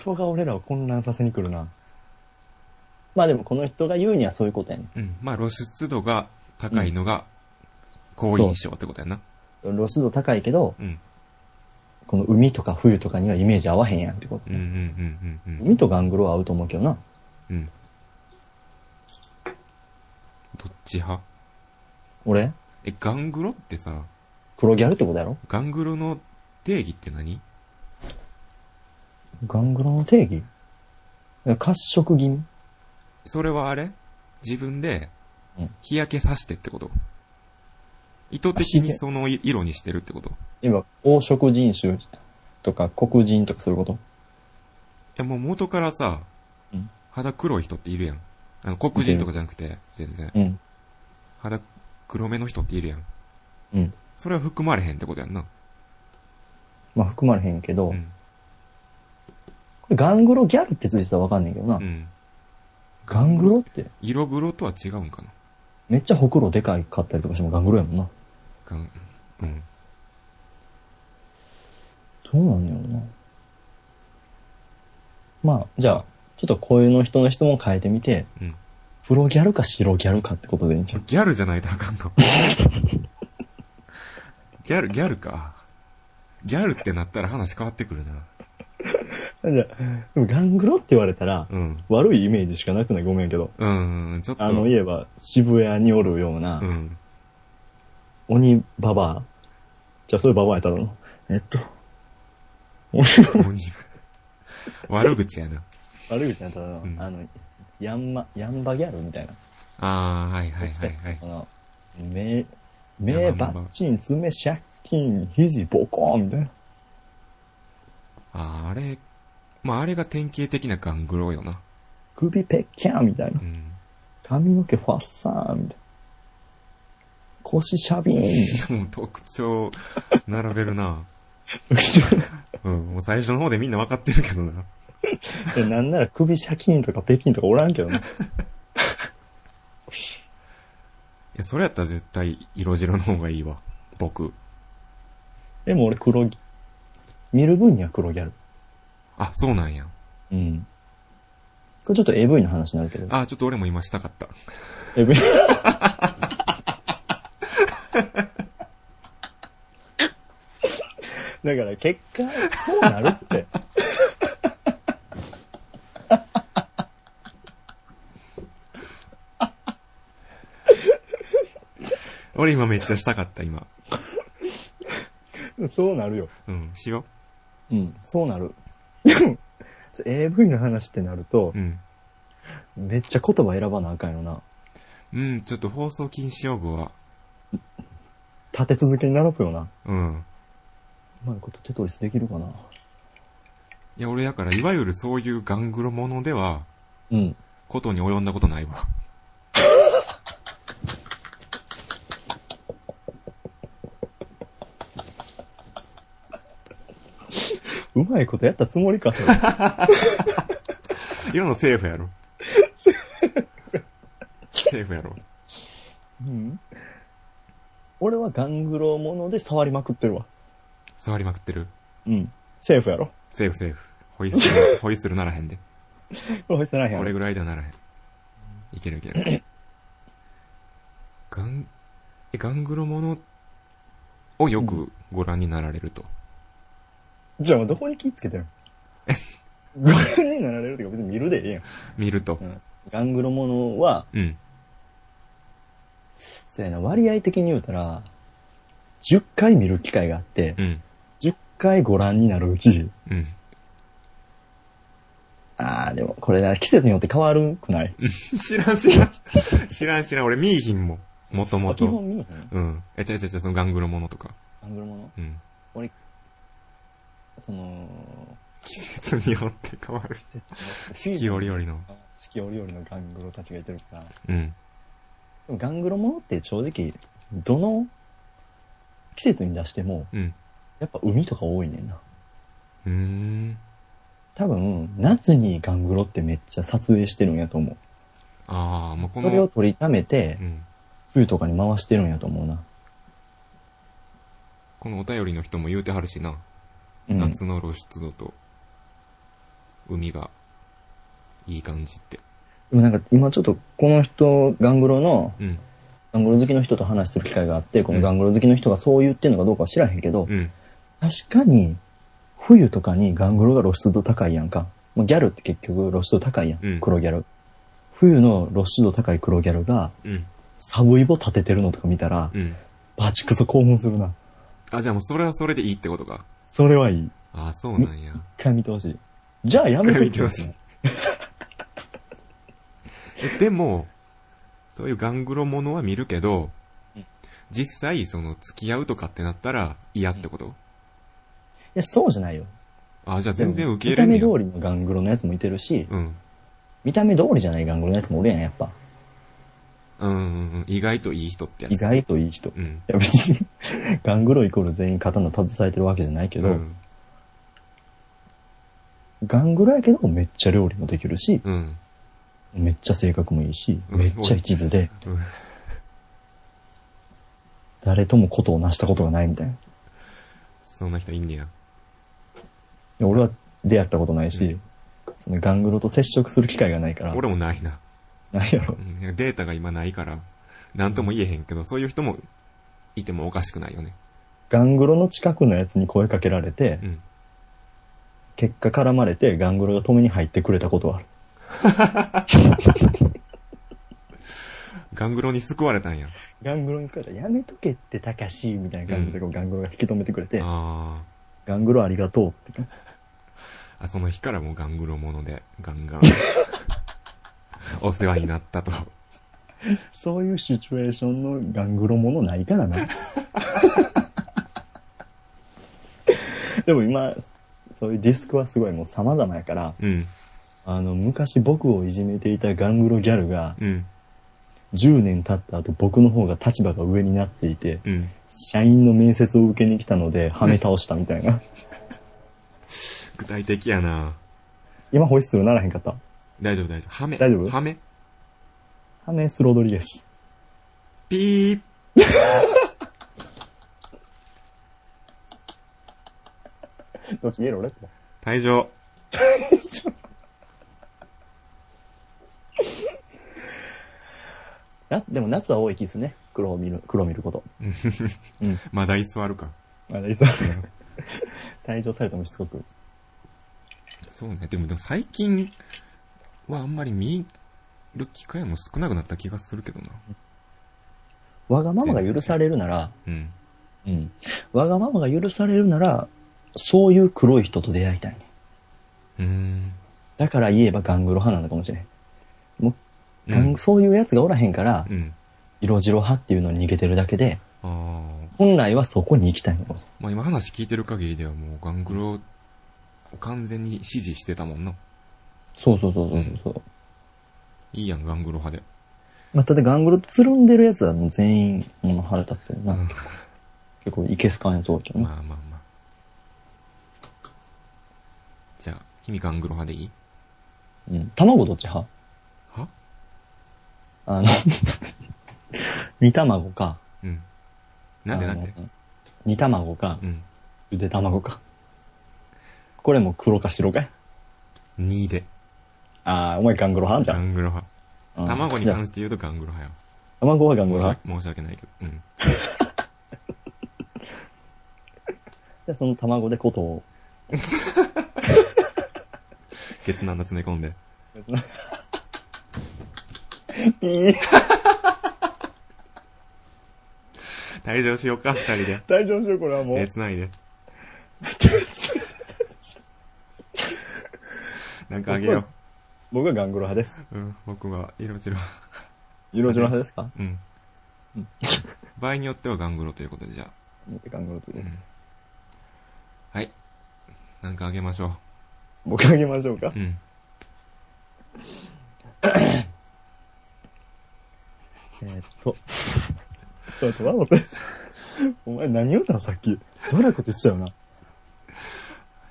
Speaker 2: 塔が俺らを混乱させに来るな。まあでもこの人が言うにはそういうことやね。
Speaker 1: うん。まあ露出度が高いのが、好印象ってことやな。
Speaker 2: 露出度高いけど、
Speaker 1: うん。
Speaker 2: この海とか冬とかにはイメージ合わへんやんってこと
Speaker 1: うんうん
Speaker 2: ね。
Speaker 1: うんうんうん。
Speaker 2: 海とガングロは合うと思うけどな。
Speaker 1: うん。どっち派
Speaker 2: 俺
Speaker 1: え、ガングロってさ、
Speaker 2: 黒ギャルってことやろ
Speaker 1: ガングロの定義って何
Speaker 2: ガングロの定義いや褐色気味
Speaker 1: それはあれ自分で
Speaker 2: うん、
Speaker 1: 日焼けさしてってこと意図的にその色にしてるってことい
Speaker 2: 今、黄色人種とか黒人とかそういうこと
Speaker 1: やもう元からさ
Speaker 2: うん、
Speaker 1: 肌黒い人っているやん。あの、黒人とかじゃなくて、全然。
Speaker 2: うん。
Speaker 1: 肌黒めの人っているやん。
Speaker 2: うん。
Speaker 1: それは含まれへんってことやんな。
Speaker 2: まあ含まれへんけど、
Speaker 1: うん。
Speaker 2: これガングロギャルってついてたらわかんないけどな。
Speaker 1: うん。
Speaker 2: ガングロって、
Speaker 1: 色風呂とは違うんかな。
Speaker 2: めっちゃほくろでかいかったりとかしてもガングロやもんな。
Speaker 1: ガンうん。
Speaker 2: どうなんだろうな。まあ、じゃあ、ちょっとこういうの人の質問変えてみて、
Speaker 1: うん。
Speaker 2: 黒ギャルか白ギャルかってことでいいんちゃう
Speaker 1: ギャルじゃないとあかんの。ギャル、ギャルか。ギャルってなったら話変わってくるな。
Speaker 2: じゃあでもガングロって言われたら、
Speaker 1: うん。
Speaker 2: 悪いイメージしかなくないごめんやけど。
Speaker 1: うん、ちょっと。
Speaker 2: あの、言えば渋谷におるような
Speaker 1: う、ん。
Speaker 2: 鬼ババア。じゃあ、そういうババアやったらのえっと、鬼
Speaker 1: 鬼悪口やな。
Speaker 2: 悪口やったらの、
Speaker 1: うん
Speaker 2: あの、ヤンマ、ヤンバギャルみたいな。
Speaker 1: あー、はいはいはいはい
Speaker 2: こ。の、目、
Speaker 1: ヤ
Speaker 2: 目
Speaker 1: ンバ
Speaker 2: バッチン、爪シャッキン、肘ボコーンみたいな。
Speaker 1: あーあれ、まああれが典型的なガングロよな。
Speaker 2: 首ペッキャーみたいな
Speaker 1: う。ん。
Speaker 2: 髪の毛ファッサーみたいな。腰シャビーンみ
Speaker 1: でも特徴、並べる な。
Speaker 2: たいな
Speaker 1: うん、もう最初の方でみんな分かってるけどな。
Speaker 2: いやなんなら首シャキーンとか北京とかおらんけどね。
Speaker 1: いや、それやったら絶対色白の方がいいわ。僕。
Speaker 2: でも俺黒ギ、見る分には黒ギャル。
Speaker 1: あ、そうなんや。
Speaker 2: うん。これちょっと AV の話になるけど。
Speaker 1: あ、ちょっと俺も今したかった。
Speaker 2: AV。だから結果、そうなるって。
Speaker 1: 俺今めっちゃしたかった、今。
Speaker 2: そうなるよ。
Speaker 1: うん、しよ
Speaker 2: うん、そうな る。でも AV の話ってなると
Speaker 1: う。う、ん。
Speaker 2: めっちゃ言葉選ばなあかんよな。
Speaker 1: うん、ちょっと放送禁止用語は。
Speaker 2: 立て続けに並ぶよな。
Speaker 1: うん。
Speaker 2: うまいことテトリスできるかな。
Speaker 1: いや、俺だから、いわゆるそういうガングロものでは、
Speaker 2: うん。
Speaker 1: ことに及んだことない わ。
Speaker 2: うまいことやったつもりか、それ。
Speaker 1: 今のセーフやろ。 セーフやろ。
Speaker 2: うん。俺はガングロもので触りまくってるわ。
Speaker 1: 触りまくってる。
Speaker 2: うん。セーフやろ。
Speaker 1: セーフセーフ。ホイッス ル、ホイッスルならへんで。
Speaker 2: これホイッスルならへんや
Speaker 1: こ
Speaker 2: ろ
Speaker 1: れぐらいではならへん。いけるいける。ガン、えガングロものをよくご覧になられると。
Speaker 2: じゃあ、どこに気ぃつけてるのご覧になられるとか別に見るでええやん。
Speaker 1: 見ると
Speaker 2: う。ん。ガングロものは、
Speaker 1: うん。
Speaker 2: そうやな、割合的に言うたら、10回見る機会があって、
Speaker 1: うん。
Speaker 2: 10回ご覧になるうち、
Speaker 1: うん。
Speaker 2: あー、でもこれな、季節によって変わるくない
Speaker 1: 知らん知らん。 知らん知らん。俺見いひんもん。もとも
Speaker 2: 基
Speaker 1: と。
Speaker 2: 本見えへん。
Speaker 1: うん。え、違う違う違う、そのガングロものとか。
Speaker 2: ガングロもの
Speaker 1: うん。
Speaker 2: その、
Speaker 1: 季節によって変わる。
Speaker 2: 四
Speaker 1: 四季折々の。
Speaker 2: 四季折々のガングロたちがいてるから。
Speaker 1: うん。
Speaker 2: でもガングロものって正直、どの季節に出しても、
Speaker 1: うん。
Speaker 2: やっぱ海とか多いねんな。
Speaker 1: うーん。
Speaker 2: 多分、夏にガングロってめっちゃ撮影してるんやと思う。
Speaker 1: ああ、もうこ
Speaker 2: それを
Speaker 1: の、
Speaker 2: 取りためて
Speaker 1: う、ん。
Speaker 2: 冬とかに回してるんやと思うな。
Speaker 1: このお便りの人も言うてはるしな。
Speaker 2: うん、
Speaker 1: 夏の露出度と、海が、いい感じって。
Speaker 2: でもなんか今ちょっとこの人、ガングロの、
Speaker 1: うん。
Speaker 2: ガングロ好きの人と話してる機会があって、このガングロ好きの人がそう言ってるのかどうかは知らへんけど、
Speaker 1: うん。
Speaker 2: 確かに、冬とかにガングロが露出度高いやんか。もうギャルって結局露出度高いやん。
Speaker 1: うん
Speaker 2: 黒ギャル。冬の露出度高い黒ギャルが、
Speaker 1: うん。
Speaker 2: サブイボ立ててるのとか見たら、
Speaker 1: うん。
Speaker 2: バチクソ興奮するな。
Speaker 1: あ、じゃあもうそれはそれでいいってことか。
Speaker 2: それはいい。
Speaker 1: ああ、そうなんや。
Speaker 2: 一回見てほしい。じゃあやめとい
Speaker 1: 一回見てほしいえでも、そういうガングロものは見るけど
Speaker 2: うん、
Speaker 1: 実際、その、付き合うとかってなったら嫌ってこと、
Speaker 2: いや、そうじゃないよ。
Speaker 1: あ、じゃあ全然受け入
Speaker 2: 見
Speaker 1: れ
Speaker 2: た
Speaker 1: んね
Speaker 2: 目
Speaker 1: や
Speaker 2: 通りのガングロのやつもいてるし、
Speaker 1: うん。
Speaker 2: 見た目通りじゃないガングロのやつもおるやん、やっぱ。
Speaker 1: うんうんうん。意外といい人ってやつ。
Speaker 2: 意外といい人。い
Speaker 1: うん。
Speaker 2: や別に、ガングロイコール全員刀携えてるわけじゃないけど、
Speaker 1: うん。
Speaker 2: ガングロやけどめっちゃ料理もできるし、
Speaker 1: うん。
Speaker 2: めっちゃ性格もいいし、
Speaker 1: うん
Speaker 2: めっちゃ一途で、
Speaker 1: うん
Speaker 2: 誰ともことを成したことがないみたいな。い
Speaker 1: そんな人いんねや。
Speaker 2: や俺は出会ったことないし、
Speaker 1: う
Speaker 2: そのガングロと接触する機会がないから、
Speaker 1: 俺もないな。
Speaker 2: なんやろ
Speaker 1: う。んデータが今ないから、なんとも言えへんけど、そういう人もいてもおかしくないよね。
Speaker 2: ガングロの近くのやつに声かけられて、
Speaker 1: うん。
Speaker 2: 結果絡まれてガングロが止めに入ってくれたことはある。
Speaker 1: ガングロに救われたんや。
Speaker 2: ガングロに使われたら、やめとけって、たかしみたいな感じで、こうガングロが引き止めてくれて、
Speaker 1: あ
Speaker 2: ガングロありがとうって。
Speaker 1: ーあ。その日からもうガングロもので、ガ ンガン。お世話になったと。
Speaker 2: そういうシチュエーションのガングロものないから な。でも今、そういうディスクはすごいもう様々やから、
Speaker 1: うん。
Speaker 2: あの、昔僕をいじめていたガングロギャルが、
Speaker 1: うん。
Speaker 2: 10年経った後僕の方が立場が上になっていて、
Speaker 1: うん。
Speaker 2: 社員の面接を受けに来たので、はめ倒したみたい な。
Speaker 1: 具体的やな
Speaker 2: 今ホイッスルならへんかった。
Speaker 1: 大丈夫大丈夫。ハメ。
Speaker 2: 大丈夫
Speaker 1: ハメ。
Speaker 2: ハメスロドリです。
Speaker 1: ピー
Speaker 2: どっち見える俺って。
Speaker 1: 退場。
Speaker 2: な、でも夏は多い気ですね。黒を見る、黒を見ること。うん。
Speaker 1: まだ居座るか。
Speaker 2: まだいつも 退場されてもしつこく。
Speaker 1: そうね。でも、でも最近はあんまり見る機会も少なくなった気がするけどな。
Speaker 2: わがままが許されるなら、
Speaker 1: うん。
Speaker 2: うん。わがままが許されるなら、そういう黒い人と出会いたいね。
Speaker 1: うーん。
Speaker 2: だから言えばガングロ派なのかもしれん。
Speaker 1: う
Speaker 2: ガン
Speaker 1: ん。
Speaker 2: そういうやつがおらへんから、
Speaker 1: うん。
Speaker 2: 色白派っていうのに逃げてるだけで、
Speaker 1: ああ。
Speaker 2: 本来はそこに行きたいのかもしれん。
Speaker 1: まあ今話聞いてる限りではもうガングロを完全に支持してたもんな。
Speaker 2: そうそうそうそうそう。
Speaker 1: いいやん、ガングロ派で。
Speaker 2: まあ、ただガングロとつるんでるやつはもう全員、もう腹立つけどな。
Speaker 1: うん
Speaker 2: 結構いけすかんやつ多いけどな。
Speaker 1: まあまあまあ。じゃあ、君ガングロ派でいい
Speaker 2: うん。卵どっち派
Speaker 1: は
Speaker 2: あの、 煮卵か。
Speaker 1: うん。なんでなんで
Speaker 2: あの煮卵か
Speaker 1: う、ん。
Speaker 2: ゆで卵か。これも黒か白かい
Speaker 1: 2で。
Speaker 2: ああ、お前ガングロ派
Speaker 1: ガ
Speaker 2: じゃん。
Speaker 1: ングロ派。
Speaker 2: うん
Speaker 1: 卵に
Speaker 2: じゃあ
Speaker 1: 関して言うとガングロ派よ。
Speaker 2: 卵はガングロ
Speaker 1: 申し
Speaker 2: 派
Speaker 1: 訳申し訳ないけど。うん。
Speaker 2: じゃあその卵でこと を。
Speaker 1: ケツなんだ詰め込んで。退場しようか、二人で。
Speaker 2: 大丈夫しよう、これはも
Speaker 1: 手繋いで。なんかあげよ
Speaker 2: 僕はガングロ派です。
Speaker 1: う。うん、僕は色白。
Speaker 2: 色白派ですか
Speaker 1: うん
Speaker 2: うん。
Speaker 1: 場合によってはガングロということで、じゃあ。
Speaker 2: ガングロとです。
Speaker 1: はい。なんかあげましょ
Speaker 2: 僕あげましょうか
Speaker 1: う。。うん。
Speaker 2: えーっと。ちょっと待って、お前何言うたのさっき。どうなこと言ってたよな。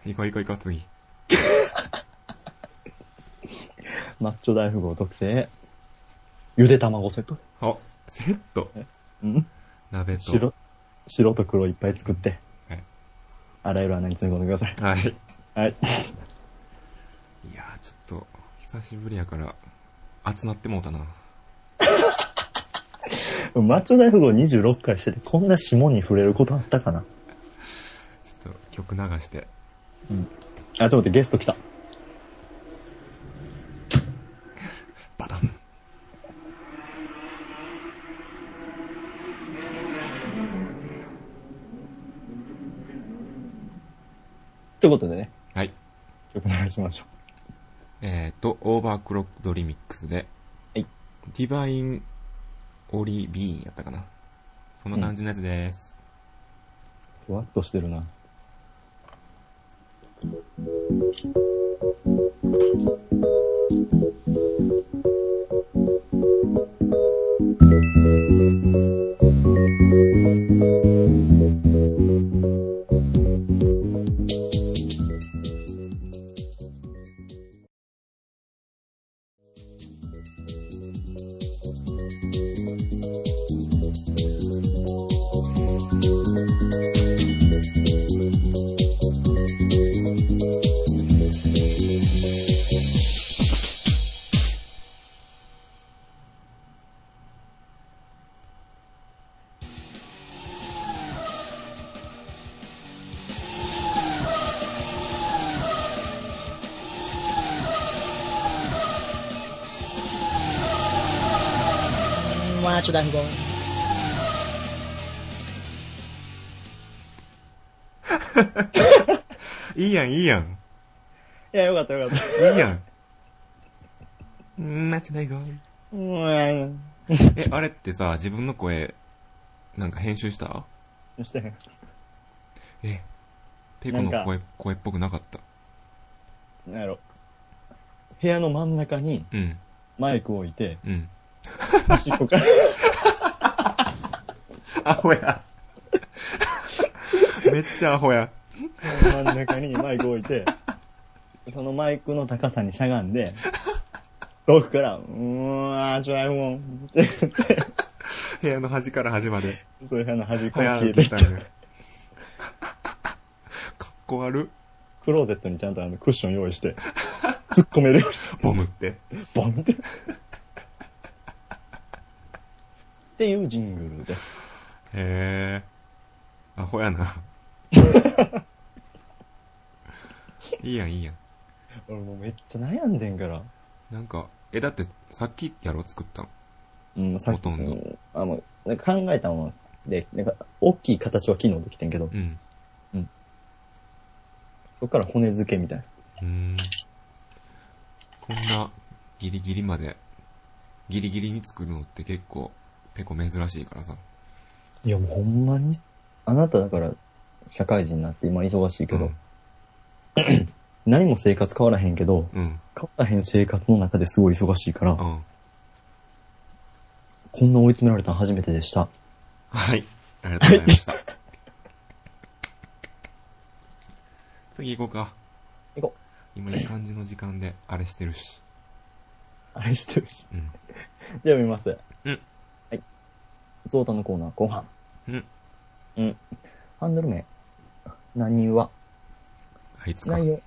Speaker 1: 行こう行こう行こう、次。
Speaker 2: マッチョ大富豪特製、ゆで卵セット。
Speaker 1: お、セット。
Speaker 2: うん
Speaker 1: 鍋と。
Speaker 2: 白、白と黒いっぱい作って、
Speaker 1: はい。
Speaker 2: あらゆる穴に詰め込んでください。
Speaker 1: はい。
Speaker 2: はい。
Speaker 1: いやー、ちょっと、久しぶりやから、熱なってもうたな。
Speaker 2: マッチョ大富豪26回してて、こんな霜に触れることあったかな。
Speaker 1: ちょっと、曲流して。
Speaker 2: あ、ちょっと待って、ゲスト来た。
Speaker 1: バタン。
Speaker 2: ということでね、
Speaker 1: はい。
Speaker 2: 曲流しましょ
Speaker 1: えーと、オーバークロックドリミックスで、
Speaker 2: はい。
Speaker 1: ディバイン・オリビーンやったかな。そんな感じのやつです。
Speaker 2: う。ふわっとしてるな。
Speaker 3: マーチョ大富豪。
Speaker 1: いいやん、いいやん。
Speaker 3: いや、よかったよかった。
Speaker 1: いいやん。んー、間違いが
Speaker 3: うん。
Speaker 1: え、あれってさ、自分の声、なんか編集した
Speaker 2: そしてね
Speaker 1: え、ペコの
Speaker 2: なんか
Speaker 1: 声、声っぽくなかった。
Speaker 2: なんやろ。部屋の真ん中に
Speaker 1: うん、
Speaker 2: マイクを置い て、
Speaker 1: うん。
Speaker 2: 端っこから。
Speaker 1: アホや。 めっちゃアホや。
Speaker 2: 真ん中にマイク置いて、そのマイクの高さにしゃがんで、遠くから、うーん、あ、ちょ、あれもん、って言って、
Speaker 1: 部屋の端から端まで。
Speaker 2: そういうの端っこ
Speaker 1: は
Speaker 2: に
Speaker 1: や
Speaker 2: 消え
Speaker 1: って
Speaker 2: い
Speaker 1: て
Speaker 2: ったた。
Speaker 1: ね。かっこ悪
Speaker 2: クローゼットにちゃんとあのクッション用意して、 突っ込めるように、
Speaker 1: ボムって。
Speaker 2: ボンって。っていうジングルです。
Speaker 1: へえ。アホや な。いいやん、いいやん。
Speaker 2: 俺もうめっちゃ悩んでんから。
Speaker 1: なんか、え、だって、さっきやろ作ったの。
Speaker 2: うん、さっき
Speaker 1: ほとんど
Speaker 2: うんあの、なんか考えたもので、なんか、大きい形は機能できてんけど、
Speaker 1: うん。
Speaker 2: そこから骨付けみたいな。
Speaker 1: うーん。こんな、ギリギリまで、ギリギリに作るのって結構、ペコ珍しいからさ。
Speaker 2: いや、もうほんまに、あなただから、社会人になって今忙しいけど、
Speaker 1: うん
Speaker 2: 何も生活変わらへんけど、
Speaker 1: うん。
Speaker 2: 変わらへん生活の中ですごい忙しいから、
Speaker 1: うん。
Speaker 2: こんな追い詰められたの初めてでした。
Speaker 1: はい。ありがとうございました。 次行こうか。
Speaker 2: 行こ
Speaker 1: 今いい感じの時間で、あれしてるし。
Speaker 2: う。あれしてるし。
Speaker 1: うん。
Speaker 2: じゃあ見ます。
Speaker 1: うん。
Speaker 2: はい。ゾータのコーナー後半。
Speaker 1: うん。
Speaker 2: うん。ハンドル名。何は
Speaker 1: あいつか。
Speaker 2: 内容。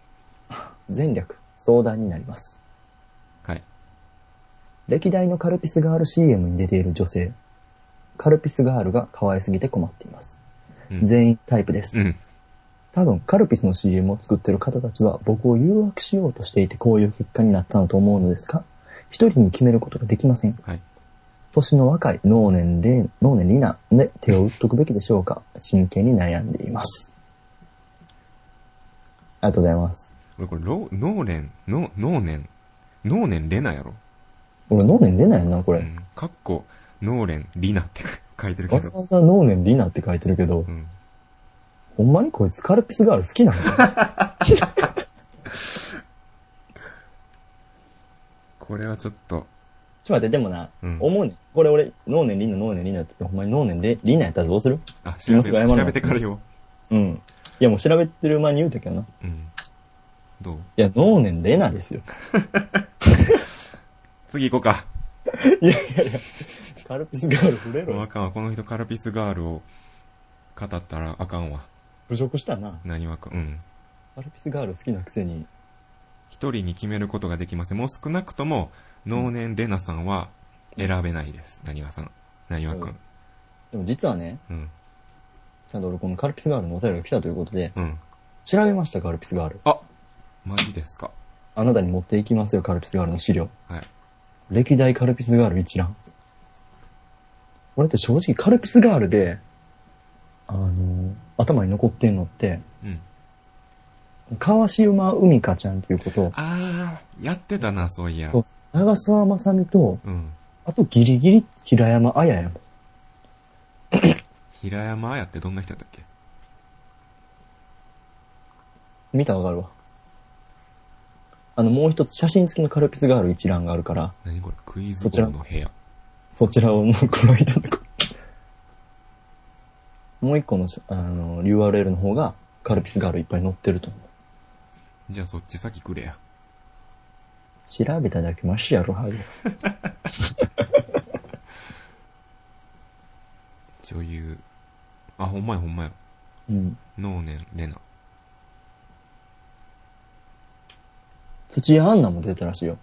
Speaker 2: 全略。相談になります。
Speaker 1: はい。
Speaker 2: 歴代のカルピスガール CM に出ている女性。カルピスガールが可愛すぎて困っています。
Speaker 1: うん。
Speaker 2: 全員タイプです。
Speaker 1: うん。
Speaker 2: 多分、カルピスの CM を作ってる方たちは僕を誘惑しようとしていてこういう結果になったのと思うのですが、一人に決めることができません。
Speaker 1: はい。
Speaker 2: 年の若い脳年齢、脳年リナで手を打っとくべきでしょうか真剣に悩んでいます。ありがとうございます。
Speaker 1: 俺これ、ロー、脳年、脳、脳年、脳年レナやろ。
Speaker 2: 俺脳年出ないな、こ
Speaker 1: う
Speaker 2: れ。
Speaker 1: ん。かっこ、脳年リナって書いてるけ
Speaker 2: わざ
Speaker 1: ど。
Speaker 2: わざ脳年リナって書いてるけど
Speaker 1: う、ん。
Speaker 2: ほんまにこいつカルピスガール好きなの
Speaker 1: これはちょっと、
Speaker 2: ちょっと待って、でもな、
Speaker 1: うん
Speaker 2: 思うねん。これ俺、脳年リナ、脳年リナって言って、ほんまに脳年でリナやったらどうする
Speaker 1: あ、調べ
Speaker 2: 今すぐ謝
Speaker 1: て、
Speaker 2: る
Speaker 1: 調
Speaker 2: の
Speaker 1: べてからよ。
Speaker 2: うん。いや、もう調べてる間に言うときはな。い
Speaker 1: うん。どう
Speaker 2: や、脳年レナですよ。
Speaker 1: 次行こうか。
Speaker 2: いやいやいや、カルピスガール触れ
Speaker 1: もうあ
Speaker 2: ろ。
Speaker 1: かんわ。この人カルピスガールを語ったらあかんわ。
Speaker 2: 侮辱したな。
Speaker 1: 何わかうん。
Speaker 2: カルピスガール好きなくせに。
Speaker 1: 一人に決めることができません。もう少なくとも、脳年レナさんは選べないです。何わさん。何わくん。
Speaker 2: でも実はね、
Speaker 1: うん。
Speaker 2: ちゃんと俺このカルピスガールのお便りが来たということで、
Speaker 1: うん。
Speaker 2: 調べました、カルピスガール。
Speaker 1: あマジですか。
Speaker 2: あなたに持っていきますよ、カルピスガールの資料。
Speaker 1: はい。
Speaker 2: 歴代カルピスガール一覧。俺って正直カルピスガールで、あの、頭に残ってんのって、
Speaker 1: うん。
Speaker 2: 川島海香ちゃんっていうこと、
Speaker 1: あー、やってたな、そういや。
Speaker 2: そう長澤まさみと、
Speaker 1: うん。
Speaker 2: あとギリギリ平山綾やもん。
Speaker 1: 平山綾ってどんな人だったっけ
Speaker 2: 見たらわかるわ。あの、もう一つ写真付きのカルピスガール一覧があるから、
Speaker 1: 何これクイズ
Speaker 2: そちら
Speaker 1: 王の部屋。
Speaker 2: そちらをもうこの間のこもう一個のし、あの、URL の方が、カルピスガールいっぱい載ってると思う。
Speaker 1: じゃあそっち先くれや。
Speaker 2: 調べただけマシやろ、ハゲ。
Speaker 1: 女優。あ、ほんまやほんまや。
Speaker 2: うん。
Speaker 1: 能年レナ。
Speaker 2: 土屋アンナも出たらしいよ。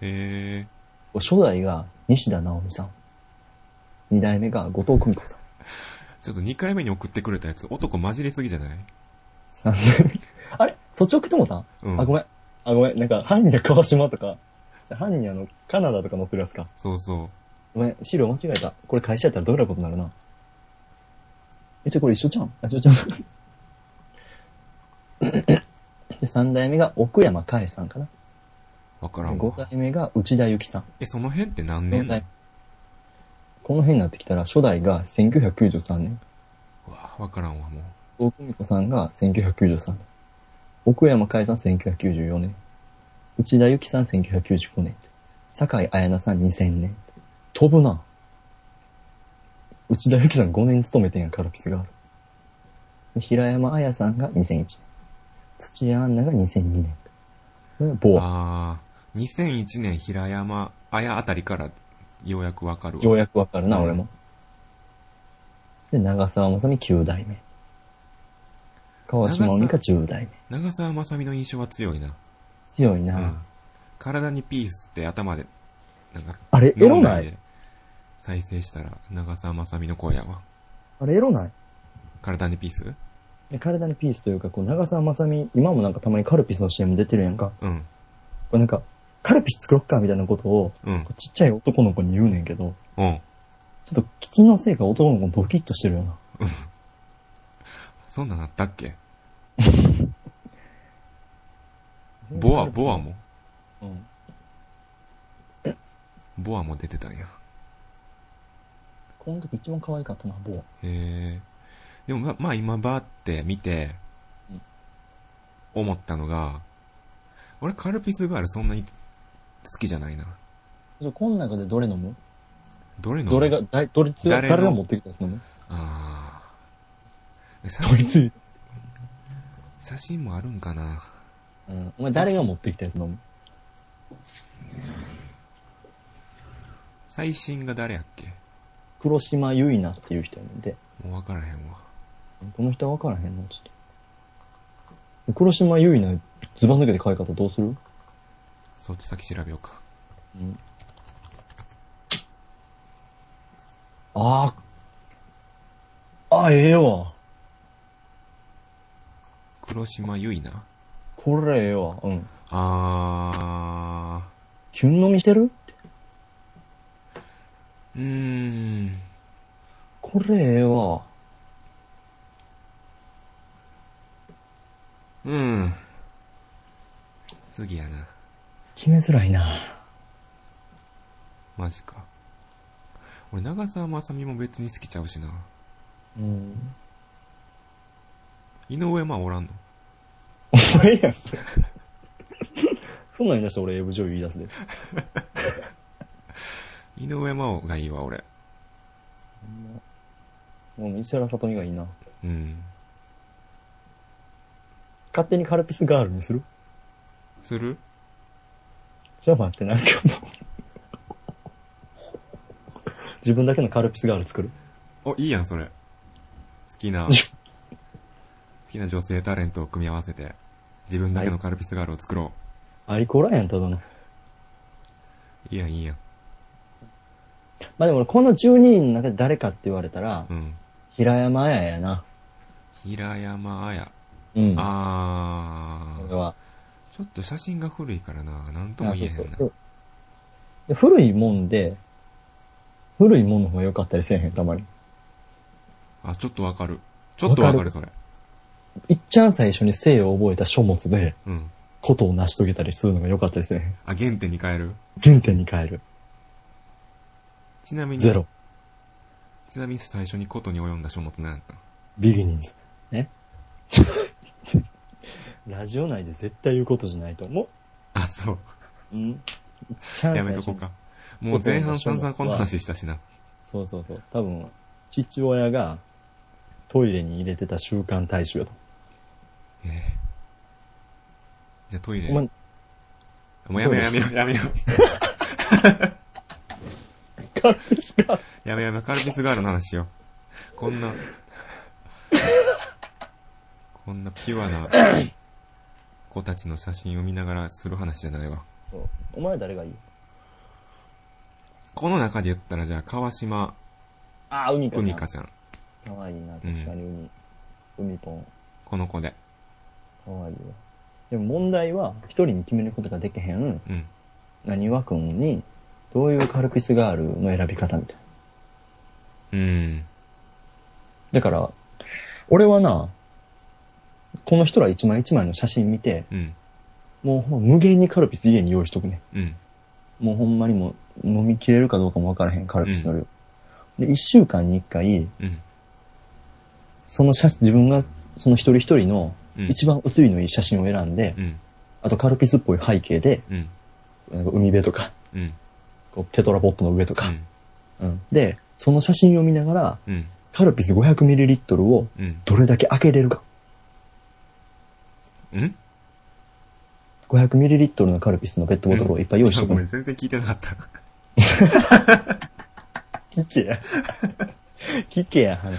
Speaker 1: へえ。
Speaker 2: 初代が西田直美さん。二代目が後藤久美子さん。
Speaker 1: ちょっと2回目に送ってくれたやつ、男混じりすぎじゃない
Speaker 2: 三代目。あれそっち送ってもうた、
Speaker 1: うん
Speaker 2: あ、ごめん。あ、ごめん。なんか、ハンニャ川島とか、じゃあハンニャのカナダとか載ってるやつか。
Speaker 1: そうそ
Speaker 2: ごめん、資料間違えた。これ会社やったらどういうことになるな。え、じゃあこれ一緒じゃんあ、ちょ、ちょ、で、三代目が奥山かえさんかな。
Speaker 1: わからん
Speaker 2: 五
Speaker 1: わ
Speaker 2: 代。目が内田ゆきさん。
Speaker 1: え、その辺って何
Speaker 2: 四
Speaker 1: 年な
Speaker 2: 代この辺になってきたら、初代が1993年。
Speaker 1: のわ、わからんわ、もう。
Speaker 2: 大久美子さんが1993年。奥山海さん1994年。内田有紀さん1995年。酒井彩菜さん2000年。飛ぶな。内田有紀さん5年勤めてんや、カルピスがある。で平山彩さんが2001年。土屋アンナが2002年。ボア。
Speaker 1: あー、2001年平山、あやあたりからようやくわかるわ。
Speaker 2: ようやくわかるな、
Speaker 1: うん
Speaker 2: 俺も。で、長澤まさみ9代目。川島美香10代目。
Speaker 1: 長澤まさみの印象は強いな。
Speaker 2: 強いうな。
Speaker 1: ん。体にピースって頭で、なんか、
Speaker 3: あれ、エロ
Speaker 1: 脳
Speaker 3: な
Speaker 1: 内
Speaker 3: い
Speaker 1: で再生したら長澤まさみの声やわ。
Speaker 3: あれ、エロない
Speaker 1: 体にピース
Speaker 2: で体にピースというか、こう、長澤まさみ、今もなんかたまにカルピスの CM 出てるやんか。
Speaker 1: うん。
Speaker 2: これなんか、カルピス作ろっかみたいなことを、
Speaker 1: うん
Speaker 2: こ。うちっちゃい男の子に言うねんけど、
Speaker 1: うん。
Speaker 2: ちょっと聞きのせいか男の子ドキッとしてるよな。
Speaker 1: そんなんあったっけボア、ボアも
Speaker 2: うん。
Speaker 1: ボアも出てたんや。
Speaker 2: この時一番可愛かったな、ボア。
Speaker 1: へえ。でもま、まあ今バーって見て
Speaker 2: うん、
Speaker 1: 思ったのが、俺カルピスガールそんなに好きじゃないな。
Speaker 2: じゃあ、この中でどれ飲む
Speaker 1: どれの
Speaker 2: どれが、だいどれつ
Speaker 1: 誰
Speaker 2: 誰
Speaker 1: の
Speaker 2: が持ってきたやつ飲む
Speaker 1: ああ。写
Speaker 2: どれ
Speaker 1: 真、
Speaker 2: つゆ
Speaker 1: 写真もあるんかな。
Speaker 2: うん。お前誰が持ってきたやつ飲む
Speaker 1: 最新が誰やっけ
Speaker 2: 黒島結菜っていう人やねんで。
Speaker 1: もうわからへんわ。
Speaker 2: この人は分からへんのちょっと。黒島結菜、ズバ抜けて可愛かったらどうする
Speaker 1: そっち先調べようか。
Speaker 2: うん。ああ。あ、ええわ。
Speaker 1: 黒島結菜
Speaker 2: これええわ。うん。
Speaker 1: あ
Speaker 2: キュン飲みしてる
Speaker 1: ー。うーん。
Speaker 2: これええわ。
Speaker 1: うん。次やな。
Speaker 2: 決めづらいな。
Speaker 1: マジか。俺、長澤まさみも別に好きちゃうしな。
Speaker 2: うん。
Speaker 1: 井上まあおらんの。
Speaker 2: お前やん、それ。そんなん言い出したら俺、エブ女優言い出すで。
Speaker 1: 井上真央がいいわ、俺。
Speaker 2: もう、石原さとみがいいな。
Speaker 1: うん。
Speaker 2: 勝手にカルピスガールにする
Speaker 1: する
Speaker 2: じゃあ待って、なんかもう。自分だけのカルピスガール作る
Speaker 1: お、いいやん、それ。好き な、好きな女性タレントを組み合わせて、自分だけのカルピスガールを作ろ
Speaker 2: アイコラやん、ただの。
Speaker 1: う。いいやん、いいやん。
Speaker 2: まあでも俺この12人の中で誰かって言われたら、
Speaker 1: うん。
Speaker 2: 平山綾やな。
Speaker 1: 平山綾。
Speaker 2: うん。
Speaker 1: あ
Speaker 2: 俺
Speaker 1: ー。
Speaker 2: は。
Speaker 1: ちょっと写真が古いからな、なんとも言えへん
Speaker 2: あ
Speaker 1: な。
Speaker 2: そうそうで古いもんで、古いもんの方が良かったりせえへん、たまに。
Speaker 1: あ、ちょっとわかる。ちょっとわかる、それ。
Speaker 2: いっちゃん最初に生を覚えた書物で、
Speaker 1: うん。
Speaker 2: ことを成し遂げたりするのが良かったりせえへん。
Speaker 1: あ、原点に変える
Speaker 2: 原点に変える。
Speaker 1: ちなみに、
Speaker 2: ゼロ。
Speaker 1: ちなみに最初にことに及んだ書物なんやったの
Speaker 2: ビギニンズ。 ね。ラジオ内で絶対言うことじゃないと思
Speaker 1: あ、そう。
Speaker 2: う。うん。いっちゃん最
Speaker 1: や
Speaker 2: 初
Speaker 1: めと
Speaker 2: に
Speaker 1: こう。か。もう前半散々この話したしな。
Speaker 2: そうそうそう。多分、父親がトイレに入れてた習慣大衆やと。
Speaker 1: ええじゃあトイレ。
Speaker 2: お
Speaker 1: も
Speaker 2: 前、
Speaker 1: うやめようやめようやめよう。
Speaker 2: カルピスガール。
Speaker 1: やめようやめよう。カルピスガールの話しよう。こんな、こんなピュアな子たちの写真を見ながらする話じゃないわ。
Speaker 2: そう。お前誰がいい
Speaker 1: この中で言ったらじゃあ川島
Speaker 2: ああ、ウニ
Speaker 1: うにかちゃん。
Speaker 2: かわいいな、確かにウニ。ウニポン。
Speaker 1: この子で。
Speaker 2: かわいいわ。でも問題は、一人に決めることができへん、
Speaker 1: うん。
Speaker 2: なにわくんに、どういうカルピスガールの選び方みたいな。
Speaker 1: うん。
Speaker 2: だから、俺はな、この人ら一枚一枚の写真見て、
Speaker 1: うん。
Speaker 2: もうほんま無限にカルピス家に用意しとくね。
Speaker 1: うん。
Speaker 2: もうほんまにもう飲み切れるかどうかもわからへん、カルピスの量。で、一週間に一回、
Speaker 1: うん。
Speaker 2: その写真、自分がその一人一人の
Speaker 1: うん。
Speaker 2: 一番写りのいい写真を選んで、
Speaker 1: うん。
Speaker 2: あとカルピスっぽい背景で、
Speaker 1: うん。
Speaker 2: なんか海辺とか、
Speaker 1: うん。
Speaker 2: こうテトラポットの上と
Speaker 1: う
Speaker 2: か、
Speaker 1: ん。
Speaker 2: うんで、その写真を見ながら、
Speaker 1: うん。
Speaker 2: カルピス 500ml を
Speaker 1: うん。
Speaker 2: どれだけ開けれるか。
Speaker 1: うん。
Speaker 2: 500ml のカルピスのペットボトルをいっぱい用意
Speaker 1: い
Speaker 2: しと
Speaker 1: や
Speaker 2: く
Speaker 1: ご
Speaker 2: ね
Speaker 1: めん、全然聞いてなかった。
Speaker 2: 聞けや。聞けや、話。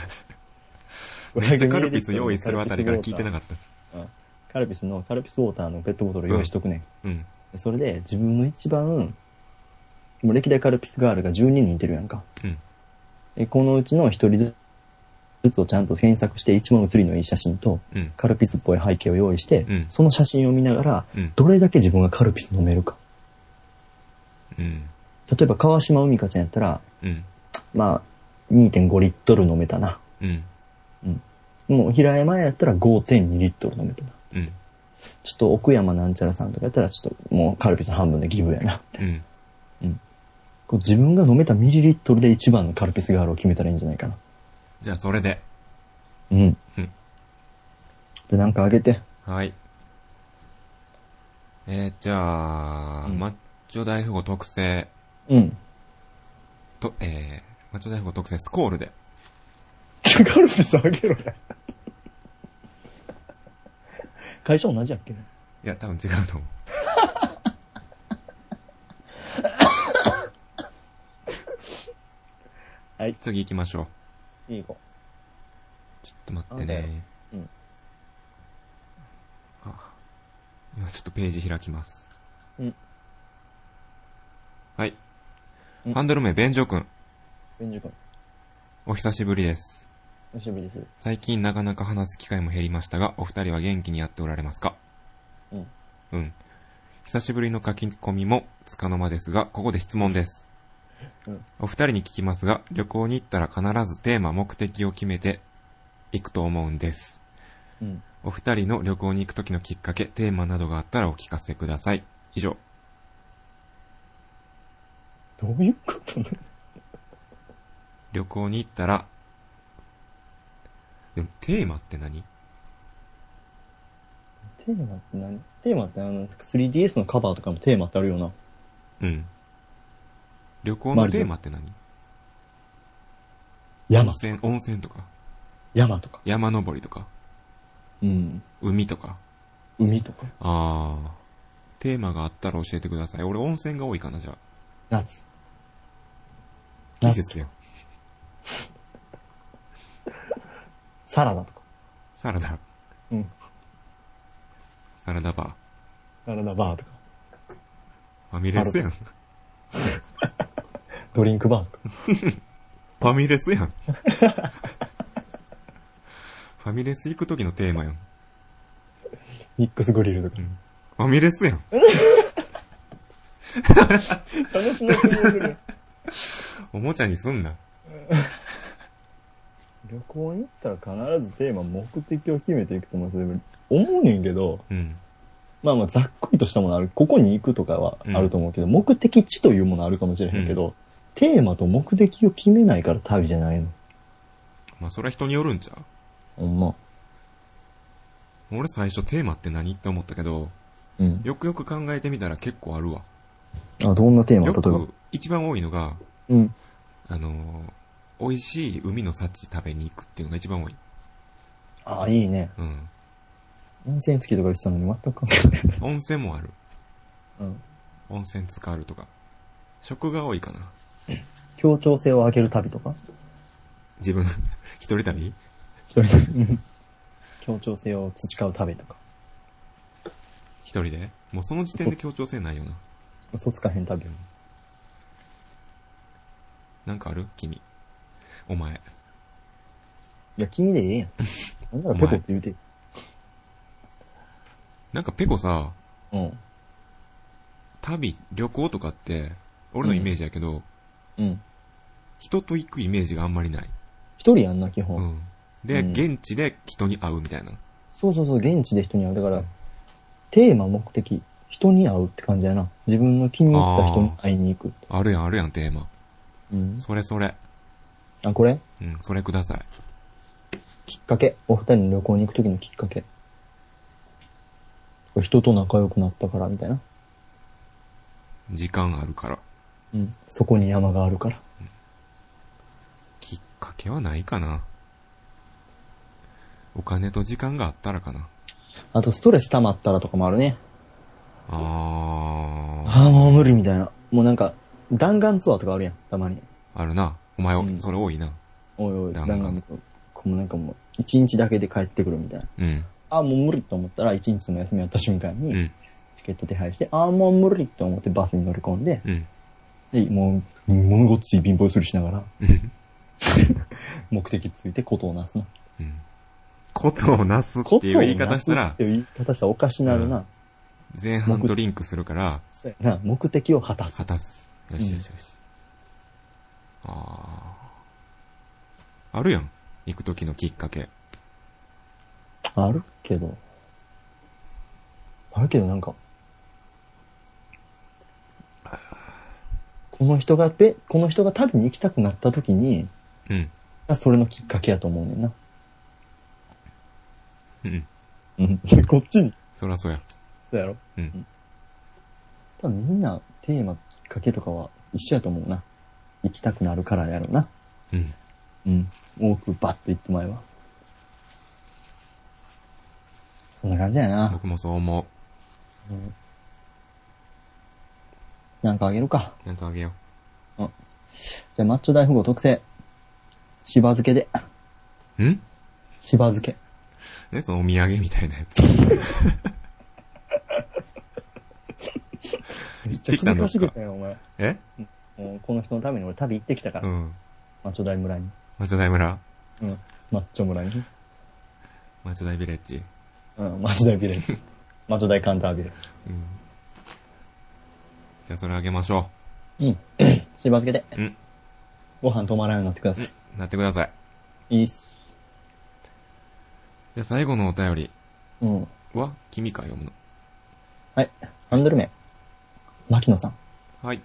Speaker 1: めっちゃカルピス用意するあたりから聞いてな
Speaker 2: かっ
Speaker 1: かった。
Speaker 2: た。カルピスの、カルピスウォーターのペットボトル用意しとくね、
Speaker 1: うん。
Speaker 2: ん。それで、自分の一番、もう歴代カルピスガールが12人いてるやんか。
Speaker 1: うん
Speaker 2: でこのうちの一人ずつをちゃんと検索して、一番写りのいい写真と、
Speaker 1: うん。
Speaker 2: カルピスっぽい背景を用意して、
Speaker 1: うん
Speaker 2: その写真を見ながら、
Speaker 1: うん。
Speaker 2: どれだけ自分がカルピス飲めるか。
Speaker 1: うん。
Speaker 2: 例えば、川島海香ちゃんやったら、
Speaker 1: うん。
Speaker 2: まあ、2.5リットル飲めたな。
Speaker 1: うん。
Speaker 2: もう平山やったら5.2リットル飲めたな。
Speaker 1: うん。
Speaker 2: ちょっと奥山なんちゃらさんとかやったら、ちょっともうカルピス半分でギブやな。
Speaker 1: うん。
Speaker 2: こう自分が飲めたミリリットルで一番のカルピスガールを決めたらいいんじゃないかな。
Speaker 1: じゃあ、それで。
Speaker 2: うん。
Speaker 1: うん
Speaker 2: で、なんかあげて。
Speaker 1: はい。えー、じゃあ、
Speaker 2: うん
Speaker 1: マッチョ大富豪特製
Speaker 2: うん。
Speaker 1: と、えー、マッチョ大富豪特製スコールで。
Speaker 2: じゃあカルピスあげろや。 会社同じやっけ
Speaker 1: いや、多分違うと思う。
Speaker 2: はい
Speaker 1: 次行きましょう。
Speaker 2: いい子。
Speaker 1: ちょっと待って
Speaker 2: なんだ
Speaker 1: ね。
Speaker 2: うん
Speaker 1: あ今ちょっとページ開きます。
Speaker 2: うん
Speaker 1: はい。
Speaker 2: うん
Speaker 1: ハンドル名、ベンジョ君。
Speaker 2: ベンジ君、
Speaker 1: お久しぶりです。
Speaker 2: お久しぶりです。
Speaker 1: 最近なかなか話す機会も減りましたが、お二人は元気にやっておられますか
Speaker 2: うん。
Speaker 1: うん。久しぶりの書き込みもつかの間ですが、ここで質問です。
Speaker 2: うん
Speaker 1: お二人に聞きますが、旅行に行ったら必ずテーマ、目的を決めて行くと思うんです。
Speaker 2: うん。
Speaker 1: お二人の旅行に行く時のきっかけ、テーマなどがあったらお聞かせください。以上。
Speaker 2: どういうことね
Speaker 1: 旅行に行ったら、でもテーマって何
Speaker 2: テーマって何テーマってあの、3DS のカバーとかもテーマってあるよな。
Speaker 1: うん。旅行のテーマって何温
Speaker 2: 山。
Speaker 1: 泉、温泉とか、
Speaker 2: 山とか。
Speaker 1: 山登りとか、
Speaker 2: うん。
Speaker 1: 海とか。
Speaker 2: 海とか。
Speaker 1: あー。テーマがあったら教えてください。俺温泉が多いかな、じゃあ。
Speaker 2: 夏。
Speaker 1: 季節よ。
Speaker 2: サラダとか。
Speaker 1: サラダ、
Speaker 2: うん。
Speaker 1: サラダバ
Speaker 2: サラダバーとか。
Speaker 1: ー。ファミレスやん。フ
Speaker 2: ドリンクバーとか。
Speaker 1: ァミレスやん。 ファミレス行く時のテーマやん。
Speaker 2: ミックスグリルとか。
Speaker 1: ファミレスやん。
Speaker 2: 楽しみにしてくれる
Speaker 1: おもちゃにすんな。
Speaker 2: 旅行に行ったら必ずテーマ、目的を決めていくと思うんですけど思うねんけど、
Speaker 1: うん。
Speaker 2: まあまあざっくりとしたものある。ここに行くとかはあると思うけど、目的地というものあるかもしれへんけど、テーマと目的を決めないから旅じゃないの。
Speaker 1: まあ、それは人によるんちゃ
Speaker 2: ほんま。
Speaker 1: う俺最初テーマって何って思ったけど、
Speaker 2: うん。
Speaker 1: よくよく考えてみたら結構あるわ。
Speaker 2: あ、どんなテーマ
Speaker 1: よ
Speaker 2: 例えば。
Speaker 1: く、一番多いのが、
Speaker 2: うん。
Speaker 1: あのー美味しい海の幸食べに行くっていうのが一番多い。
Speaker 2: あ、いいね。
Speaker 1: うん。
Speaker 2: 温泉付きとか言ってたのに全く関係ない。
Speaker 1: 温泉もある。
Speaker 2: うん。
Speaker 1: 温泉使うとか。食が多いかな。
Speaker 2: 協調性を上げる旅とか
Speaker 1: 自分、 一人旅
Speaker 2: 一人で。協調性を培う旅とか。
Speaker 1: 一人でもうその時点で協調性ないよな。
Speaker 2: 嘘つかへん旅。
Speaker 1: なんかある君。お前。
Speaker 2: いや、君でええやん。 なんならペコって言うて。
Speaker 1: なんかペコさ、
Speaker 2: うん。
Speaker 1: 旅、旅行とかって、俺のイメージやけど、
Speaker 2: うん。
Speaker 1: 人と行くイメージがあんまりない。
Speaker 2: 一人やんな、基本。
Speaker 1: うん。で、
Speaker 2: うん
Speaker 1: 現地で人に会うみたいな。
Speaker 2: そうそうそう、現地で人に会う。だから、テーマ、目的、人に会うって感じやな。自分の気に入った人に会いに行く。
Speaker 1: あるやん、あるやん、テーマ。
Speaker 2: うん。
Speaker 1: それそれ。
Speaker 2: あ、これ
Speaker 1: うん、それください。
Speaker 2: きっかけ。お二人の旅行に行く時のきっかけ。人と仲良くなったから、みたいな。
Speaker 1: 時間あるから。
Speaker 2: うん。そこに山があるから。
Speaker 1: きっかけはないかな。お金と時間があったらかな。
Speaker 2: あと、ストレス溜まったらとかもあるね。
Speaker 1: あー。
Speaker 2: ああ、もう無理みたいな。もうなんか、弾丸ツアーとかあるやん、たまに。
Speaker 1: あるな。お前、
Speaker 2: うん
Speaker 1: それ多いな。
Speaker 2: おいおい、
Speaker 1: 弾
Speaker 2: 弾
Speaker 1: 丸
Speaker 2: 丸ツアー。こうなんかもう、一日だけで帰ってくるみたいな。
Speaker 1: うん。
Speaker 2: ああ、もう無理と思ったら、一日の休みやった瞬間
Speaker 1: う
Speaker 2: に、
Speaker 1: ん。
Speaker 2: チケット手配して、ああ、もう無理と思ってバスに乗り込んで、
Speaker 1: うん。
Speaker 2: で、もう、物ごっつい貧乏するしながら、
Speaker 1: うん
Speaker 2: 目的ついてことをなすな。
Speaker 1: うん。ことをなすっ
Speaker 2: こ
Speaker 1: て
Speaker 2: と
Speaker 1: いう言い方した
Speaker 2: っ
Speaker 1: ら
Speaker 2: て、いう言い方したらおかしなるな。
Speaker 1: うん前半とリンクするから、
Speaker 2: そうやな、目的を果たす
Speaker 1: 果。たす。よしよしよし。あー。あるやん。行くときのきっかけ。
Speaker 2: あるけど。あるけどなんか。この人がべ、この人が旅に行きたくなった時に、
Speaker 1: うん。
Speaker 2: それのきっかけやと思うねんな。
Speaker 1: うん。
Speaker 2: うん。こっちに。
Speaker 1: そらそうや。
Speaker 2: そうやろ。
Speaker 1: うん。
Speaker 2: 多分みんなテーマ、きっかけとかは一緒やと思うな。行きたくなるからやろうな。
Speaker 1: うん。
Speaker 2: うん。多くバッと行ってまえば。そんな感じやな。
Speaker 1: 僕もそう思
Speaker 2: うんなんかあげるか。
Speaker 1: う。なんかあげよ
Speaker 2: じゃあ、マッチョ大富豪特製。しば漬けで。
Speaker 1: う。ん
Speaker 2: しば漬け。
Speaker 1: ね、そのお土産みたいなやつ。行ってきたの
Speaker 2: 恥ず
Speaker 1: か
Speaker 2: かしく。てお前。
Speaker 1: え
Speaker 2: もうこの人のために俺旅行ってきたから。
Speaker 1: うん。
Speaker 2: マッチョ大村に。
Speaker 1: マチョダイ村
Speaker 2: うん。マッチョ村に。
Speaker 1: マチョダイビレッジ。
Speaker 2: うん。マッチョ大ビレッジ。マッチョ大カンタービレッ
Speaker 1: うん。じゃあそれあげましょ
Speaker 2: ジ。うん。 しば漬けで。
Speaker 1: うん
Speaker 2: ご飯止まらないようになってください。
Speaker 1: う。なってください。
Speaker 2: いいっす。
Speaker 1: じゃあ最後のお便り
Speaker 2: うん。
Speaker 1: は、君か読むの。
Speaker 2: はい。ハンドル名。牧野さん。
Speaker 1: はい。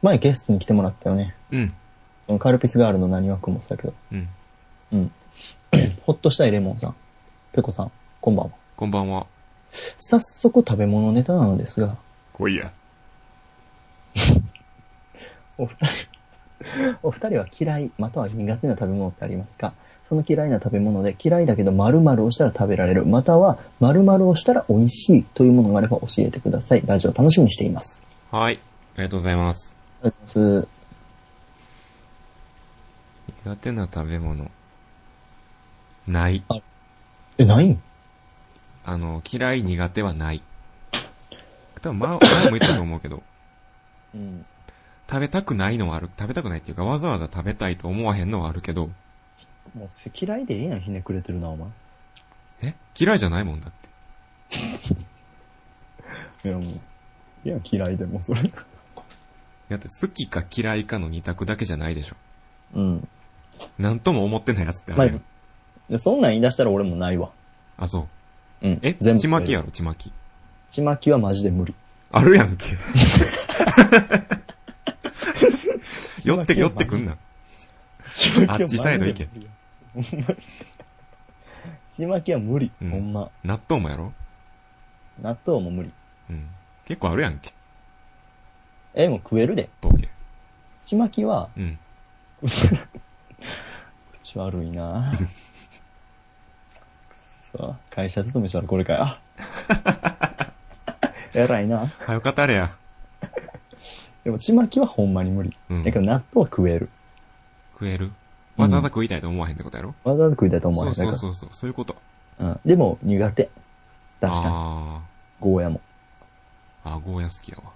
Speaker 2: 前ゲストに来てもらったよね。
Speaker 1: うん。
Speaker 2: そのカルピスガールの何枠もそうだけど。
Speaker 1: うん。
Speaker 2: うん。 ほっとしたいレモンさん。ペコさん、こんばんは。
Speaker 1: こんばんは。
Speaker 2: 早速食べ物ネタなのですが、
Speaker 1: 来いや。
Speaker 2: お二人、 お二人は嫌い、または苦手な食べ物ってありますかその嫌いな食べ物で、嫌いだけど〇〇をしたら食べられる、または〇〇をしたら美味しいというものがあれば教えてください。ラジオ楽しみにしています。
Speaker 1: はい。ありがとうございます。
Speaker 2: ありがとうございます。
Speaker 1: 苦手な食べ物。ない。
Speaker 2: え、ないん
Speaker 1: あの、嫌い苦手はない。多分、ま、前も言ったと思うけ ど、
Speaker 2: うん。
Speaker 1: 食べたくないのはある。食べたくないっていうか、わざわざ食べたいと思わへんのはあるけど、
Speaker 2: もう嫌いでええやん、ひねくれてるな、お前。
Speaker 1: え嫌いじゃないもんだって。
Speaker 2: いや、もう。いや、嫌いでも、それ。
Speaker 1: だって好きか嫌いかの二択だけじゃないでしょ。
Speaker 2: うん。
Speaker 1: なんとも思ってないやつってあ
Speaker 2: まあ
Speaker 1: るやん。
Speaker 2: でそんなん言い出したら俺もないわ。
Speaker 1: あ、そう。
Speaker 2: うん。
Speaker 1: え
Speaker 2: 全部。
Speaker 1: ちまきやろ、ちまき。
Speaker 2: ちまきはマジで無理。
Speaker 1: あるやん け。寄って、寄ってくんな。
Speaker 2: ち
Speaker 1: あっちサイド行け。
Speaker 2: ちまきは無理。
Speaker 1: うん
Speaker 2: ほんま。
Speaker 1: 納豆もやろ
Speaker 2: 納豆も無理。
Speaker 1: うん。結構あるやんけ。
Speaker 2: え、もう食えるで。
Speaker 1: ボケ。
Speaker 2: ちまきは、
Speaker 1: うん。
Speaker 2: 口悪い なぁくっそ、会社勤めしたらこれか よ。偉いな
Speaker 1: はよ語れや。
Speaker 2: でもちまきはほんまに無理。
Speaker 1: うん
Speaker 2: だけど納豆は食える。
Speaker 1: 食えるわざわざ食いたいと思わへんってことやろ、
Speaker 2: わざわざ食いたいと思わ
Speaker 1: そ
Speaker 2: な
Speaker 1: う
Speaker 2: い。
Speaker 1: そうそうそう、そういうこと。
Speaker 2: だからうん。でも苦手。確かに。
Speaker 1: あ
Speaker 2: ゴーヤも。
Speaker 1: ーあ、ゴーヤ好きやわ。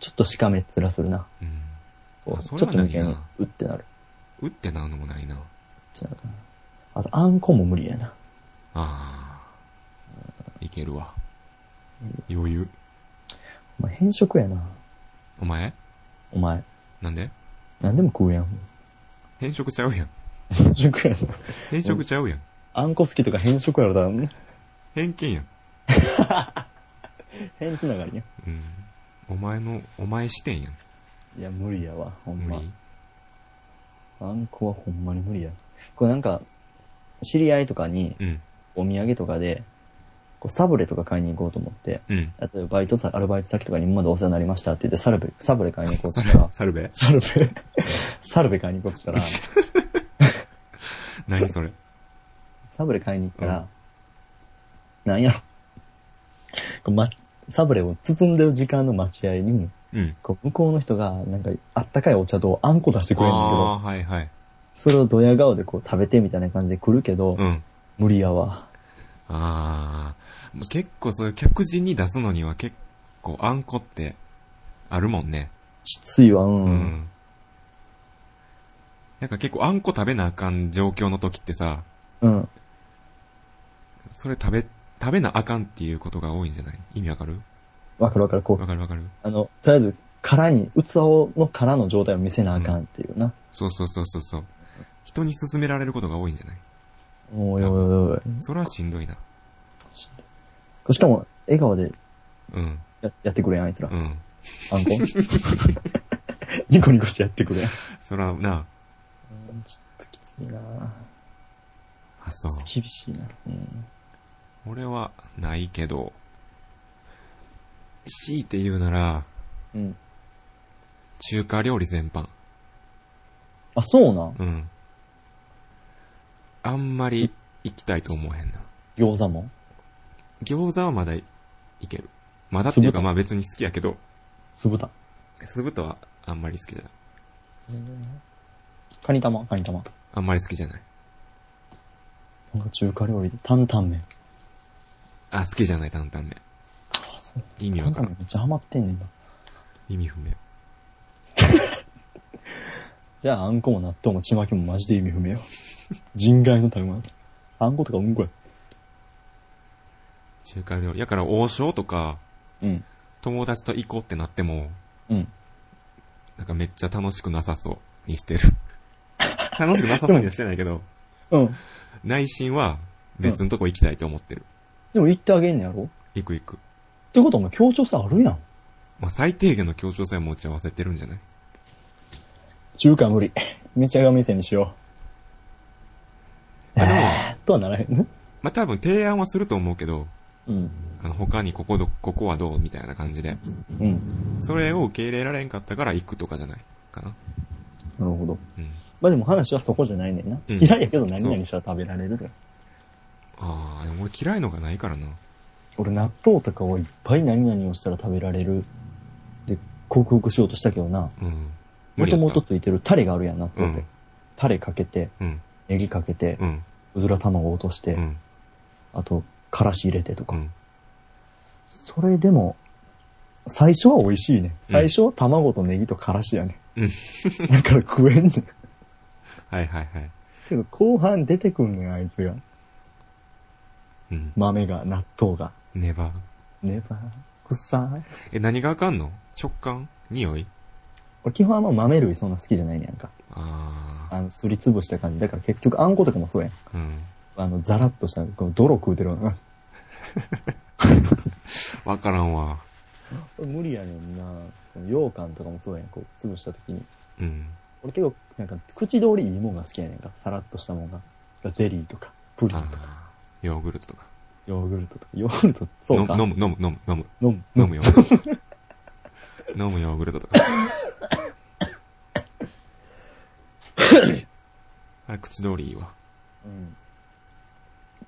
Speaker 2: ちょっとしかめっ面するな。
Speaker 1: うん。
Speaker 2: こう
Speaker 1: あ
Speaker 2: ち
Speaker 1: そ
Speaker 2: ょっ
Speaker 1: れ
Speaker 2: と
Speaker 1: は
Speaker 2: 抜け
Speaker 1: ない
Speaker 2: の
Speaker 1: な、
Speaker 2: うってなる。
Speaker 1: 打ってなうのもないな。
Speaker 2: ってなるかなあと、あんこも無理やな。
Speaker 1: あー。いけるわ。余裕。
Speaker 2: まあ、変色やな。
Speaker 1: お前
Speaker 2: お前。
Speaker 1: なんで
Speaker 2: 何でも食うやん。
Speaker 1: 変色ちゃうやん。
Speaker 2: 変色やろ。
Speaker 1: 変色ちゃうやん。
Speaker 2: あんこ好きとか変色やろだろ。
Speaker 1: 偏見やん。
Speaker 2: 変つながりや
Speaker 1: うん。お前の、お前視点やん。
Speaker 2: ん。いや、無理やわ、ほん
Speaker 1: 無
Speaker 2: ま。
Speaker 1: 理。
Speaker 2: あんこはほんまに無理や。これなんか、知り合いとかに
Speaker 1: うん。
Speaker 2: お土産とかで、こうサブレとか買いに行こうと思って、
Speaker 1: うん。、
Speaker 2: 例えばバイトさ、アルバイト先とかに今までお世話になりましたって言ってサルベ、サブレ買いに行こうとしたら
Speaker 1: サルベ
Speaker 2: サルベ、サルベ買いに行こうとしたら、
Speaker 1: 何それ。
Speaker 2: サブレ買いに行った
Speaker 1: うん
Speaker 2: ら、なんやろ。こうま、サブレを包んでる時間の待合に、
Speaker 1: うん。
Speaker 2: こう向こうの人が、なんか、あったかいお茶とあんこ出してくれるんだけ
Speaker 1: あ
Speaker 2: ど、
Speaker 1: あー、はいはい。
Speaker 2: それをドヤ顔でこう食べてみたいな感じで来るけど、
Speaker 1: うん。
Speaker 2: 無理やわ。
Speaker 1: ああ。もう結構そういう客人に出すのには結構あんこってあるもんね。
Speaker 2: きついわ、うん。
Speaker 1: うん。なんか結構あんこ食べなあかん状況の時ってさ、
Speaker 2: うん。
Speaker 1: それ食べ、食べなあかんっていうことが多いんじゃない意味わかる
Speaker 2: わかるわかる。こう
Speaker 1: わ、かるわかる
Speaker 2: あの、とりあえず、殻に、器をの殻の状態を見せなあかんっていうな。
Speaker 1: そうそうそうそうそう。人に勧められることが多いんじゃない
Speaker 2: おいおいおいおい
Speaker 1: それはしんどいな。
Speaker 2: しかも、笑顔で
Speaker 1: うん。
Speaker 2: ややってくれやん、あいつら。
Speaker 1: うん。
Speaker 2: あんこ。 ニコニコしてやってくれやん。
Speaker 1: そらな、
Speaker 2: うんちょっときついな
Speaker 1: あ、そう。
Speaker 2: 厳しいな。うん。
Speaker 1: 俺はないけど、強いて言うなら、
Speaker 2: うん。
Speaker 1: 中華料理全般。
Speaker 2: あ、そうなん。
Speaker 1: うん。あんまり行きたいと思わへんな。
Speaker 2: 餃子も。
Speaker 1: 餃子はまだいける。まだっていうかまあ別に好きやけど、
Speaker 2: 酢豚。
Speaker 1: 酢豚はあんまり好きじゃない。
Speaker 2: カニ玉、カニ玉。
Speaker 1: あんまり好きじゃない。
Speaker 2: なんか中華料理で、担々麺。
Speaker 1: あ、好きじゃない担々麺。
Speaker 2: あそう
Speaker 1: 意味
Speaker 2: 担
Speaker 1: わから
Speaker 2: 々麺
Speaker 1: ん。
Speaker 2: めっちゃハマってんねんな。
Speaker 1: 意味不明。
Speaker 2: じゃあ、あんこも納豆もちまきもマジで意味不明よ。人外の食べ物。あんことかうんこや。
Speaker 1: 中華料理。やから王将とか、
Speaker 2: うん。
Speaker 1: 友達と行こうってなっても、
Speaker 2: うん。
Speaker 1: なんかめっちゃ楽しくなさそうにしてる。楽しくなさそうにはしてないけど、
Speaker 2: うん。
Speaker 1: 内心は別のとこ行きたいと思ってる。
Speaker 2: でも言ってあげんねやろ
Speaker 1: 行く行く。
Speaker 2: ってことはもう協調性あるやん。
Speaker 1: まあ最低限の協調性は持ち合わせてるんじゃない
Speaker 2: 中華無理。めちゃが目線にしよう。
Speaker 1: あでも
Speaker 2: えーとはならへんね。
Speaker 1: まあ多分提案はすると思うけど、
Speaker 2: うん。
Speaker 1: あの他にここど、ここはどうみたいな感じで。
Speaker 2: うん。
Speaker 1: それを受け入れられんかったから行くとかじゃないかな。
Speaker 2: なるほど。
Speaker 1: うん。
Speaker 2: まあでも話はそこじゃないねんな。
Speaker 1: うん
Speaker 2: 嫌いやけど何々したら食べられるから。
Speaker 1: ああ、でも俺嫌いのがないからな。
Speaker 2: 俺納豆とかをいっぱい何々をしたら食べられる。で、克服しようとしたけどな。
Speaker 1: うん。無
Speaker 2: も
Speaker 1: 理や
Speaker 2: と
Speaker 1: った
Speaker 2: もとついてるタレがあるやん、納
Speaker 1: う
Speaker 2: 豆って。
Speaker 1: ん。
Speaker 2: タレかけて、
Speaker 1: うん。
Speaker 2: ネギかけて、
Speaker 1: うん。
Speaker 2: うずら卵落として、
Speaker 1: うん。
Speaker 2: あと、からし入れてと
Speaker 1: う
Speaker 2: か。
Speaker 1: ん。
Speaker 2: それでも、最初は美味しいね。最初は卵とネギとからしやね。
Speaker 1: うん
Speaker 2: だから食えんねん。
Speaker 1: はいはいはい。
Speaker 2: けど後半出てくんねん、あいつが。
Speaker 1: うん。
Speaker 2: 豆が、納豆が。
Speaker 1: ネバー。
Speaker 2: ネバー、臭い。
Speaker 1: え、何があかんの食感匂い
Speaker 2: 俺基本あんま豆類そんな好きじゃないねやんか。
Speaker 1: ああ。
Speaker 2: あの、すりつぶした感じ。だから結局あんことかもそうやん。
Speaker 1: うん。
Speaker 2: あの、ザラッとした、この泥食うてるような。
Speaker 1: わからんわ。
Speaker 2: 無理やねんな。その羊羹とかもそうやん。こう、潰した時に。
Speaker 1: うん。
Speaker 2: 俺結構、なんか、口通りいいもんが好きやねんか。さらっとしたもんが。ゼリーとか、プリン
Speaker 1: あ
Speaker 2: とか。
Speaker 1: あ。ヨーグルトとか。
Speaker 2: ヨーグルトとか。ヨーグルト、そうか。
Speaker 1: の飲む、飲む、飲む、飲む。
Speaker 2: 飲む。
Speaker 1: 飲むヨーグルト。飲むヨーグルトと か。あれ、口通りいいわ。
Speaker 2: うん。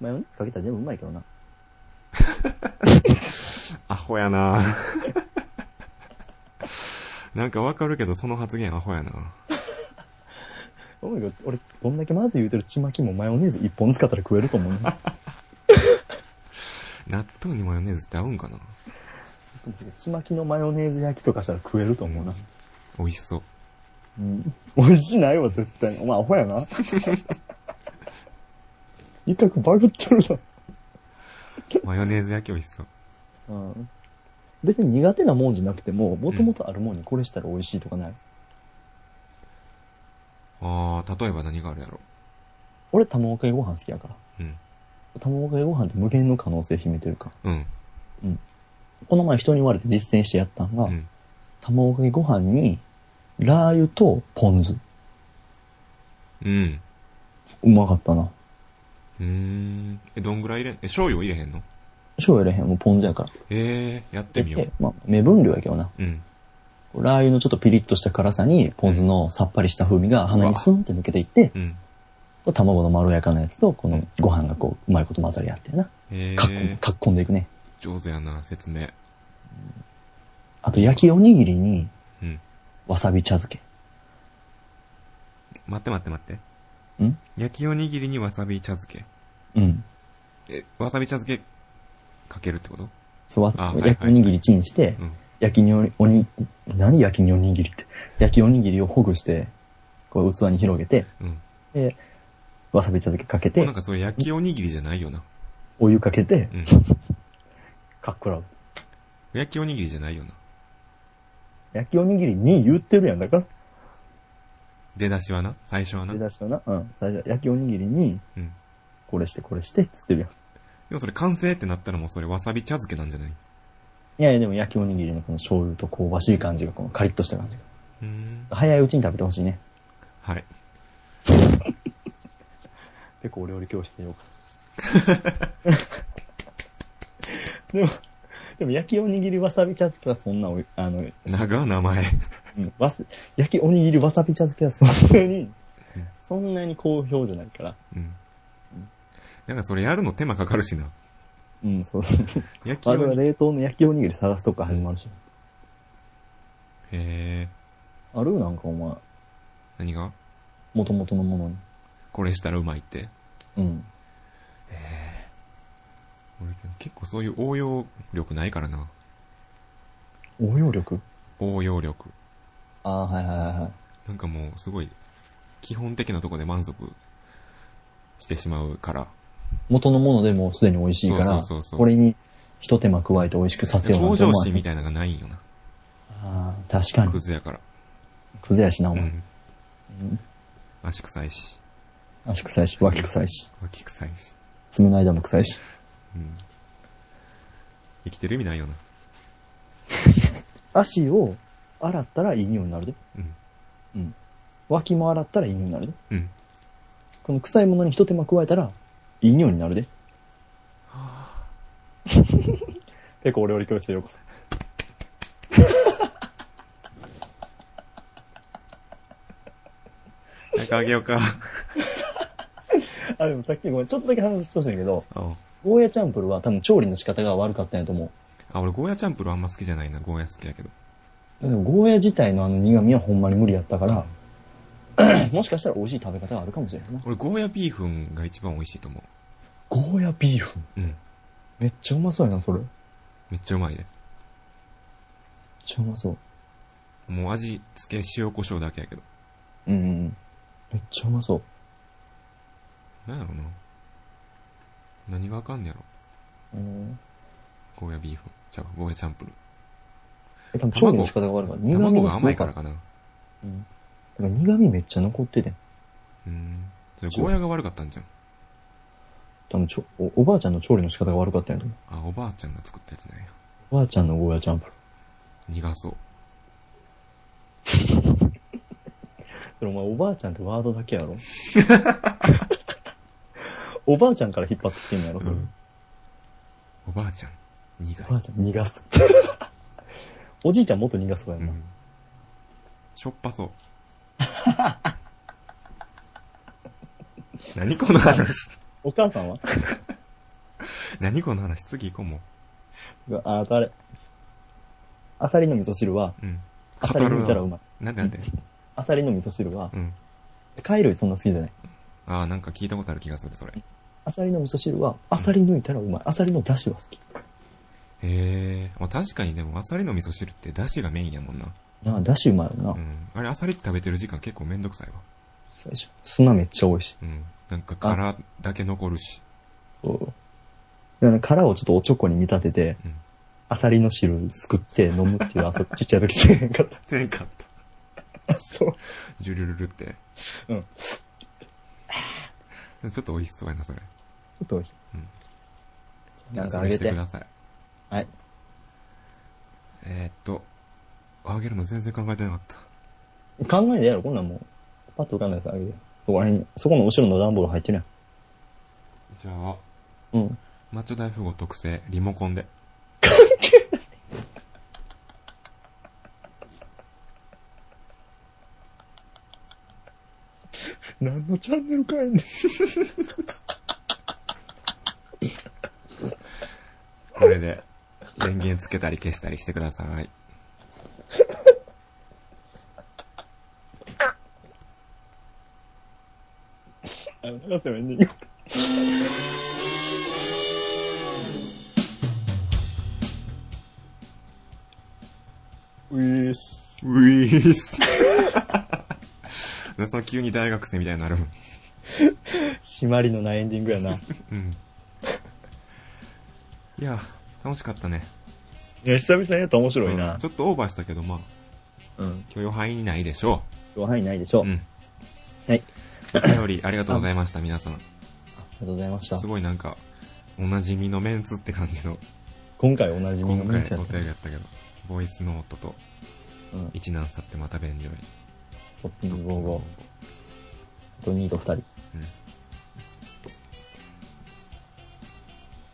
Speaker 2: マヨネーズかけたら全部うまいけどな。
Speaker 1: アホやな なんかわかるけど、その発言アホやな
Speaker 2: おい俺、どんだけまず言うてるちまきもマヨネーズ一本使ったら食えると思うね。
Speaker 1: 納豆にマヨネーズって合うんかな
Speaker 2: ちまきのマヨネーズ焼きとかしたら食えると思うな。
Speaker 1: 美味しそう。
Speaker 2: うん。美味しいないわ、絶対。お前アホ やな。一角バグってるな。
Speaker 1: マヨネーズ焼き美味しそう。
Speaker 2: うん。別に苦手なもんじゃなくても、もともとあるもんにこれしたら美味しいとかない。
Speaker 1: ああ、例えば何があるやろ。
Speaker 2: 俺卵かけご飯好きやから。
Speaker 1: うん。
Speaker 2: 卵かけご飯って無限の可能性秘めてるから。
Speaker 1: うん。
Speaker 2: この前人に言われて実践してやったんが、
Speaker 1: うん。
Speaker 2: 卵かけご飯に、ラー油とポン酢。
Speaker 1: うん。
Speaker 2: うまかったな。
Speaker 1: うーん。え、どんぐらい入れん、え、醤油を入れへんの
Speaker 2: 醤油入れへん、もうポン酢やから。
Speaker 1: ええー、やってみよ
Speaker 2: で
Speaker 1: う。
Speaker 2: まあ、目分量やけどな。
Speaker 1: うん。
Speaker 2: ラー油のちょっとピリッとした辛さに、ポン酢のさっぱりした風味が鼻にスンって抜けていって、
Speaker 1: うん。
Speaker 2: こう卵のまろやかなやつと、このご飯がこう、うまいこと混ざり合ってな。
Speaker 1: ええ
Speaker 2: かっこ、
Speaker 1: ー、
Speaker 2: かっこんでいくね。
Speaker 1: 上手やな、説明。
Speaker 2: あと、焼きおにぎりに、
Speaker 1: うん。
Speaker 2: わさび茶漬け。
Speaker 1: 待って待って待って。
Speaker 2: ん
Speaker 1: 焼きおにぎりにわさび茶漬け。
Speaker 2: うん。
Speaker 1: え、わさび茶漬けかけるってこと
Speaker 2: そう、わ
Speaker 1: あはいはい
Speaker 2: 焼きおにぎりチンして、
Speaker 1: うん。
Speaker 2: 焼きにおにおに、何焼きにおにぎりって。焼きおにぎりをほぐして、こう器に広げて、
Speaker 1: うん。
Speaker 2: で、わさび茶漬けかけ
Speaker 1: もうな
Speaker 2: て
Speaker 1: ん、かそれ焼きおにぎりじゃないよな。
Speaker 2: お湯かけて、
Speaker 1: うん。
Speaker 2: かっこらう。
Speaker 1: 焼きおにぎりじゃないよな。
Speaker 2: 焼きおにぎりに言ってるやんだから。
Speaker 1: 出だしはな、最初はな。
Speaker 2: 出
Speaker 1: う
Speaker 2: だしはな、うん。最初、焼きおにぎりに、
Speaker 1: ん。
Speaker 2: これしてこれして、っつってるやん。
Speaker 1: でもそれ完成ってなったらもうそれわさび茶漬けなんじゃない
Speaker 2: いやいや、でも焼きおにぎりのこの醤油と香ばしい感じが、このカリッとした感じが。
Speaker 1: うーん。
Speaker 2: 早いうちに食べてほしいね。
Speaker 1: はい。
Speaker 2: 結構お料理教室へようこ そ。でも、でも焼きおにぎりわさび茶漬けはそんなおい、あの、
Speaker 1: 長い名前。
Speaker 2: うん、わす、焼きおにぎりわさび茶漬けはそんなに、 そんなに好評じゃないから。
Speaker 1: うん。なんかそれやるの手間かかるしな。
Speaker 2: うん、そうそう。
Speaker 1: 焼き
Speaker 2: あ
Speaker 1: お
Speaker 2: れは
Speaker 1: にぎり。
Speaker 2: 冷凍の焼きおにぎり探すとか始まるし。
Speaker 1: へえ。
Speaker 2: あるなんかお前、
Speaker 1: 何が
Speaker 2: 元々のものに。
Speaker 1: これしたらうまいって。
Speaker 2: うん。
Speaker 1: 俺結構そういう応用力ないからな。
Speaker 2: 応用力
Speaker 1: 応用力。
Speaker 2: ああ、はいはいはいはい。
Speaker 1: なんかもうすごい基本的なとこで満足してしまうから。
Speaker 2: 元のものでもうすでに美味しいから、
Speaker 1: そうそうそうそう
Speaker 2: これに一手間加えて美味しくさせよう
Speaker 1: 向
Speaker 2: て
Speaker 1: 上
Speaker 2: 思わへん
Speaker 1: 心みたいなのがないんよな。
Speaker 2: ああ、確かに
Speaker 1: ク。ズやから。
Speaker 2: くずやしな、お
Speaker 1: う
Speaker 2: 前。
Speaker 1: ん。
Speaker 2: うん
Speaker 1: 足臭いし、
Speaker 2: 足臭いし、脇臭いし、
Speaker 1: 脇臭いし。
Speaker 2: 爪の間も臭いし。
Speaker 1: うん。生きてる意味ないよな。
Speaker 2: 足を洗ったらいい匂いになるで。
Speaker 1: うん。
Speaker 2: うん。脇も洗ったらいい匂いになるで。
Speaker 1: うん。
Speaker 2: この臭いものに一手間加えたら、いい匂いになるで。 結構お料理教室へようこそ。
Speaker 1: なんかあげようか。
Speaker 2: あ、でもさっきごめん、ちょっとだけ話してほしいんだけど、
Speaker 1: あ
Speaker 2: ゴーヤチャンプルは多分調理の仕方が悪かったんやと思う。
Speaker 1: あ、俺ゴーヤチャンプルあんま好きじゃないな。ゴーヤ好きやけど。
Speaker 2: でもゴーヤ自体のあの苦味はほんまに無理やったから、 もしかしたら美味しい食べ方があるかもしれないな。
Speaker 1: 俺ゴーヤビーフンが一番美味しいと思
Speaker 2: ゴーヤビーフン
Speaker 1: う。うん。
Speaker 2: めっちゃうまそうやな、それ。めっ
Speaker 1: めっちゃうまいね。
Speaker 2: ちゃうまそう。
Speaker 1: もう味付け塩胡椒だけやけど。
Speaker 2: うんうんうん。めっちゃうまそう。
Speaker 1: なんやろな。何がわかんねやろ。
Speaker 2: うん。
Speaker 1: ゴーヤビーフン。じゃあ、ゴーヤチャンプル。
Speaker 2: え、多分調理の仕方が悪いから、苦味
Speaker 1: 卵が
Speaker 2: すご
Speaker 1: 甘いからかな。
Speaker 2: うん。だから苦味めっちゃ残ってて。
Speaker 1: うん。それゴーヤが悪かったんじゃん。
Speaker 2: 多分ちょお、おばあちゃんの調理の仕方が悪かったんやと思
Speaker 1: あ、おばあちゃんが作ったやつなんや。
Speaker 2: う。おばあちゃんのゴーヤチャンプル。
Speaker 1: 苦そう。
Speaker 2: それお前おばあちゃんってワードだけや ろおばあちゃんから引っ張ってきてんのやろ、それ。
Speaker 1: うんおばあちゃん。苦い
Speaker 2: おば。あちゃん逃がす。おじいちゃんもっと逃がすから
Speaker 1: う
Speaker 2: な。
Speaker 1: ん。しょっぱ そう。何この話
Speaker 2: お母さんは
Speaker 1: 何この話次行こうも
Speaker 2: あ、あとあれ。アサリの味噌汁は、
Speaker 1: う。うん。
Speaker 2: アサリ抜いたら
Speaker 1: な。
Speaker 2: うまい。
Speaker 1: なんでなんで
Speaker 2: アサリの味噌汁は
Speaker 1: う、ん。
Speaker 2: 貝類そんな好きじゃない。
Speaker 1: ああ、なんか聞いたことある気がする、それ。へ
Speaker 2: アサリの味噌汁は、アサリ抜いたらうまい。アサリの出汁は好き。
Speaker 1: え。まあ確かにでも、アサリの味噌汁って出汁がメインやもんな。
Speaker 2: なあ、出汁うまいよな。
Speaker 1: うん。あれ、アサリって食べてる時間結構めんどくさいわ。
Speaker 2: そうでしょ砂めっちゃ多いし。
Speaker 1: うん。なんか殻だけ残るし。
Speaker 2: そう。だから殻をちょっとおちょこに見立てて、
Speaker 1: うん
Speaker 2: アサリの汁すくって飲むっていう遊び、ちっちゃい時せえへんかっ
Speaker 1: せんかった。
Speaker 2: た。 そう。
Speaker 1: ジュルルルって。
Speaker 2: うん。ち
Speaker 1: ちょっと美味しそうやな、それ。
Speaker 2: ょっと美味しい。
Speaker 1: じゃ
Speaker 2: な
Speaker 1: あ
Speaker 2: んか
Speaker 1: そ
Speaker 2: あ
Speaker 1: れ
Speaker 2: げ
Speaker 1: して
Speaker 2: て
Speaker 1: く。ださい。
Speaker 2: はい。
Speaker 1: えー、っと、あげるの全然考えてなかった。
Speaker 2: 考えでやろ、こんなんもう。パッと浮かんだやつあげて。そこら辺に、そこの後ろの段ボール入ってる
Speaker 1: じゃあ、
Speaker 2: やん。うん。
Speaker 1: マッチョ大富豪特製、リモコンで。
Speaker 2: 何のチャンネルかえんね
Speaker 1: これで、電源つけたり消したりしてください。
Speaker 3: あの流せばいいんだようぃーす。
Speaker 1: ウィース。 その急に大学生みたいになるもん。
Speaker 2: 締まりの ないエンディングやな。
Speaker 1: うん。いや、楽しかったね。
Speaker 2: いや、久々にやったら面白い
Speaker 1: うん
Speaker 2: な
Speaker 1: ち。ょっとオーバーしたけど、まあ、
Speaker 2: うん。
Speaker 1: 許容範囲内でしょ
Speaker 2: 範囲ないでしょ。
Speaker 1: う。う
Speaker 2: あり
Speaker 1: ん。
Speaker 2: はい。
Speaker 1: お便りありがとうございました、皆さん。
Speaker 2: がとうございました
Speaker 1: す。ごいなんか、おなじみのメンツって感じの、
Speaker 2: 今回おなじみ
Speaker 1: 今
Speaker 2: の
Speaker 1: 回
Speaker 2: やつや
Speaker 1: お
Speaker 2: った
Speaker 1: 便りやったけど、ボイスノートと、
Speaker 2: うん。
Speaker 1: 一難去ってまた便所へ。
Speaker 2: ストッピング55。あと2と2人。
Speaker 1: うん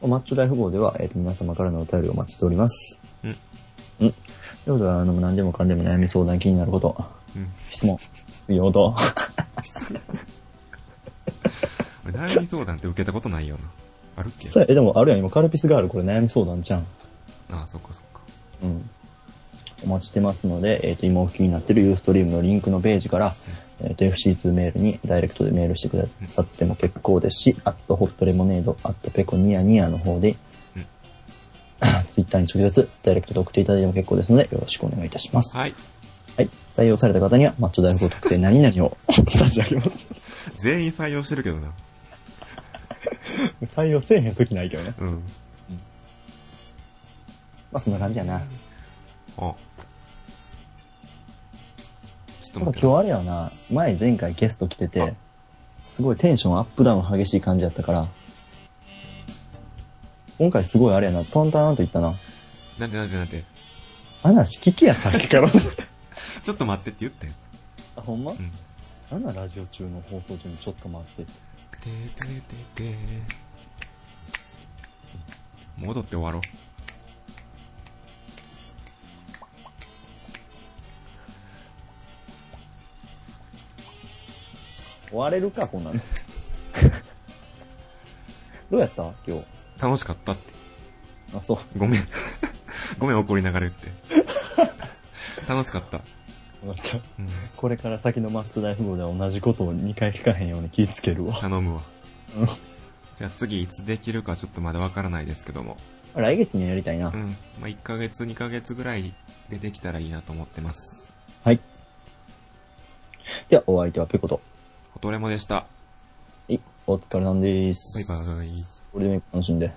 Speaker 2: マッチョ大富豪では、えっ、と、皆様からのお便りをお待ちしております。
Speaker 1: うん。
Speaker 2: うん。ということで、あの、何でもかんでも悩み相談気になること、
Speaker 1: うん。
Speaker 2: 質問、いいこと。
Speaker 1: 俺悩み相談って受けたことないよな。あるっけ
Speaker 2: さあ、え、でもあるやん、今、カルピスガールこれ悩み相談じゃん。
Speaker 1: ああ、そっかそっか。
Speaker 2: うん。お待ちしてますので、えっ、と、今お聞きになってるユーストリームのリンクのページから、えっ、と、FC2 メールにダイレクトでメールしてくださっても結構ですし、アットホットレモネード、アットペコニヤニヤの方で、
Speaker 1: うん
Speaker 2: ツイッターに直接ダイレクトで送っていただいても結構ですので、よろしくお願いいたします。
Speaker 1: はい。
Speaker 2: はい。採用された方には、マッチョ大富豪特定何々を 差し上げます。
Speaker 1: 全員採用してるけどな。
Speaker 2: 採用せえへん時ないけどね。
Speaker 1: うん。
Speaker 2: まあ、そんな感じやな。
Speaker 1: あ。ちょっと
Speaker 2: ただ
Speaker 1: 待って
Speaker 2: 今日あれやな、前前回ゲスト来て
Speaker 1: あ
Speaker 2: て、すごいテンションアップダウン激しい感じやったから、今回すごいあれやな、トンタンと言ったな。
Speaker 1: な。なんでなんでなんで。
Speaker 2: 話聞きや、さっき から。
Speaker 1: ちょっと待ってって言ったよ。
Speaker 2: あ、ほんま
Speaker 1: うん。
Speaker 2: なんなんラジオ中の放送中にちょっと待っ
Speaker 1: て
Speaker 2: て。
Speaker 1: ててて戻って終わろう。
Speaker 2: 終われるか、こんな の。どうやった今日。
Speaker 1: 楽しかったって。
Speaker 2: あ、そう。
Speaker 1: ごめん。 ごめん怒りながら言 って。楽しかった。
Speaker 2: わかった。
Speaker 1: うん。
Speaker 2: これから先のマッチョ大富豪では同じことを2回聞かへんように気ぃつけるわ。
Speaker 1: 頼むわ
Speaker 2: うん。
Speaker 1: じゃあ次いつできるかちょっとまだわからないですけども。
Speaker 2: 来月にはやりたいな。
Speaker 1: うん。まあ、1ヶ月、2ヶ月ぐらいでできたらいいなと思ってます。
Speaker 2: では、お相手はペコと。
Speaker 1: ホトレモでした。
Speaker 2: はい、お疲れなんで
Speaker 1: バイ
Speaker 2: す。
Speaker 1: バイ。
Speaker 2: ゴールデンウィーク楽しんで。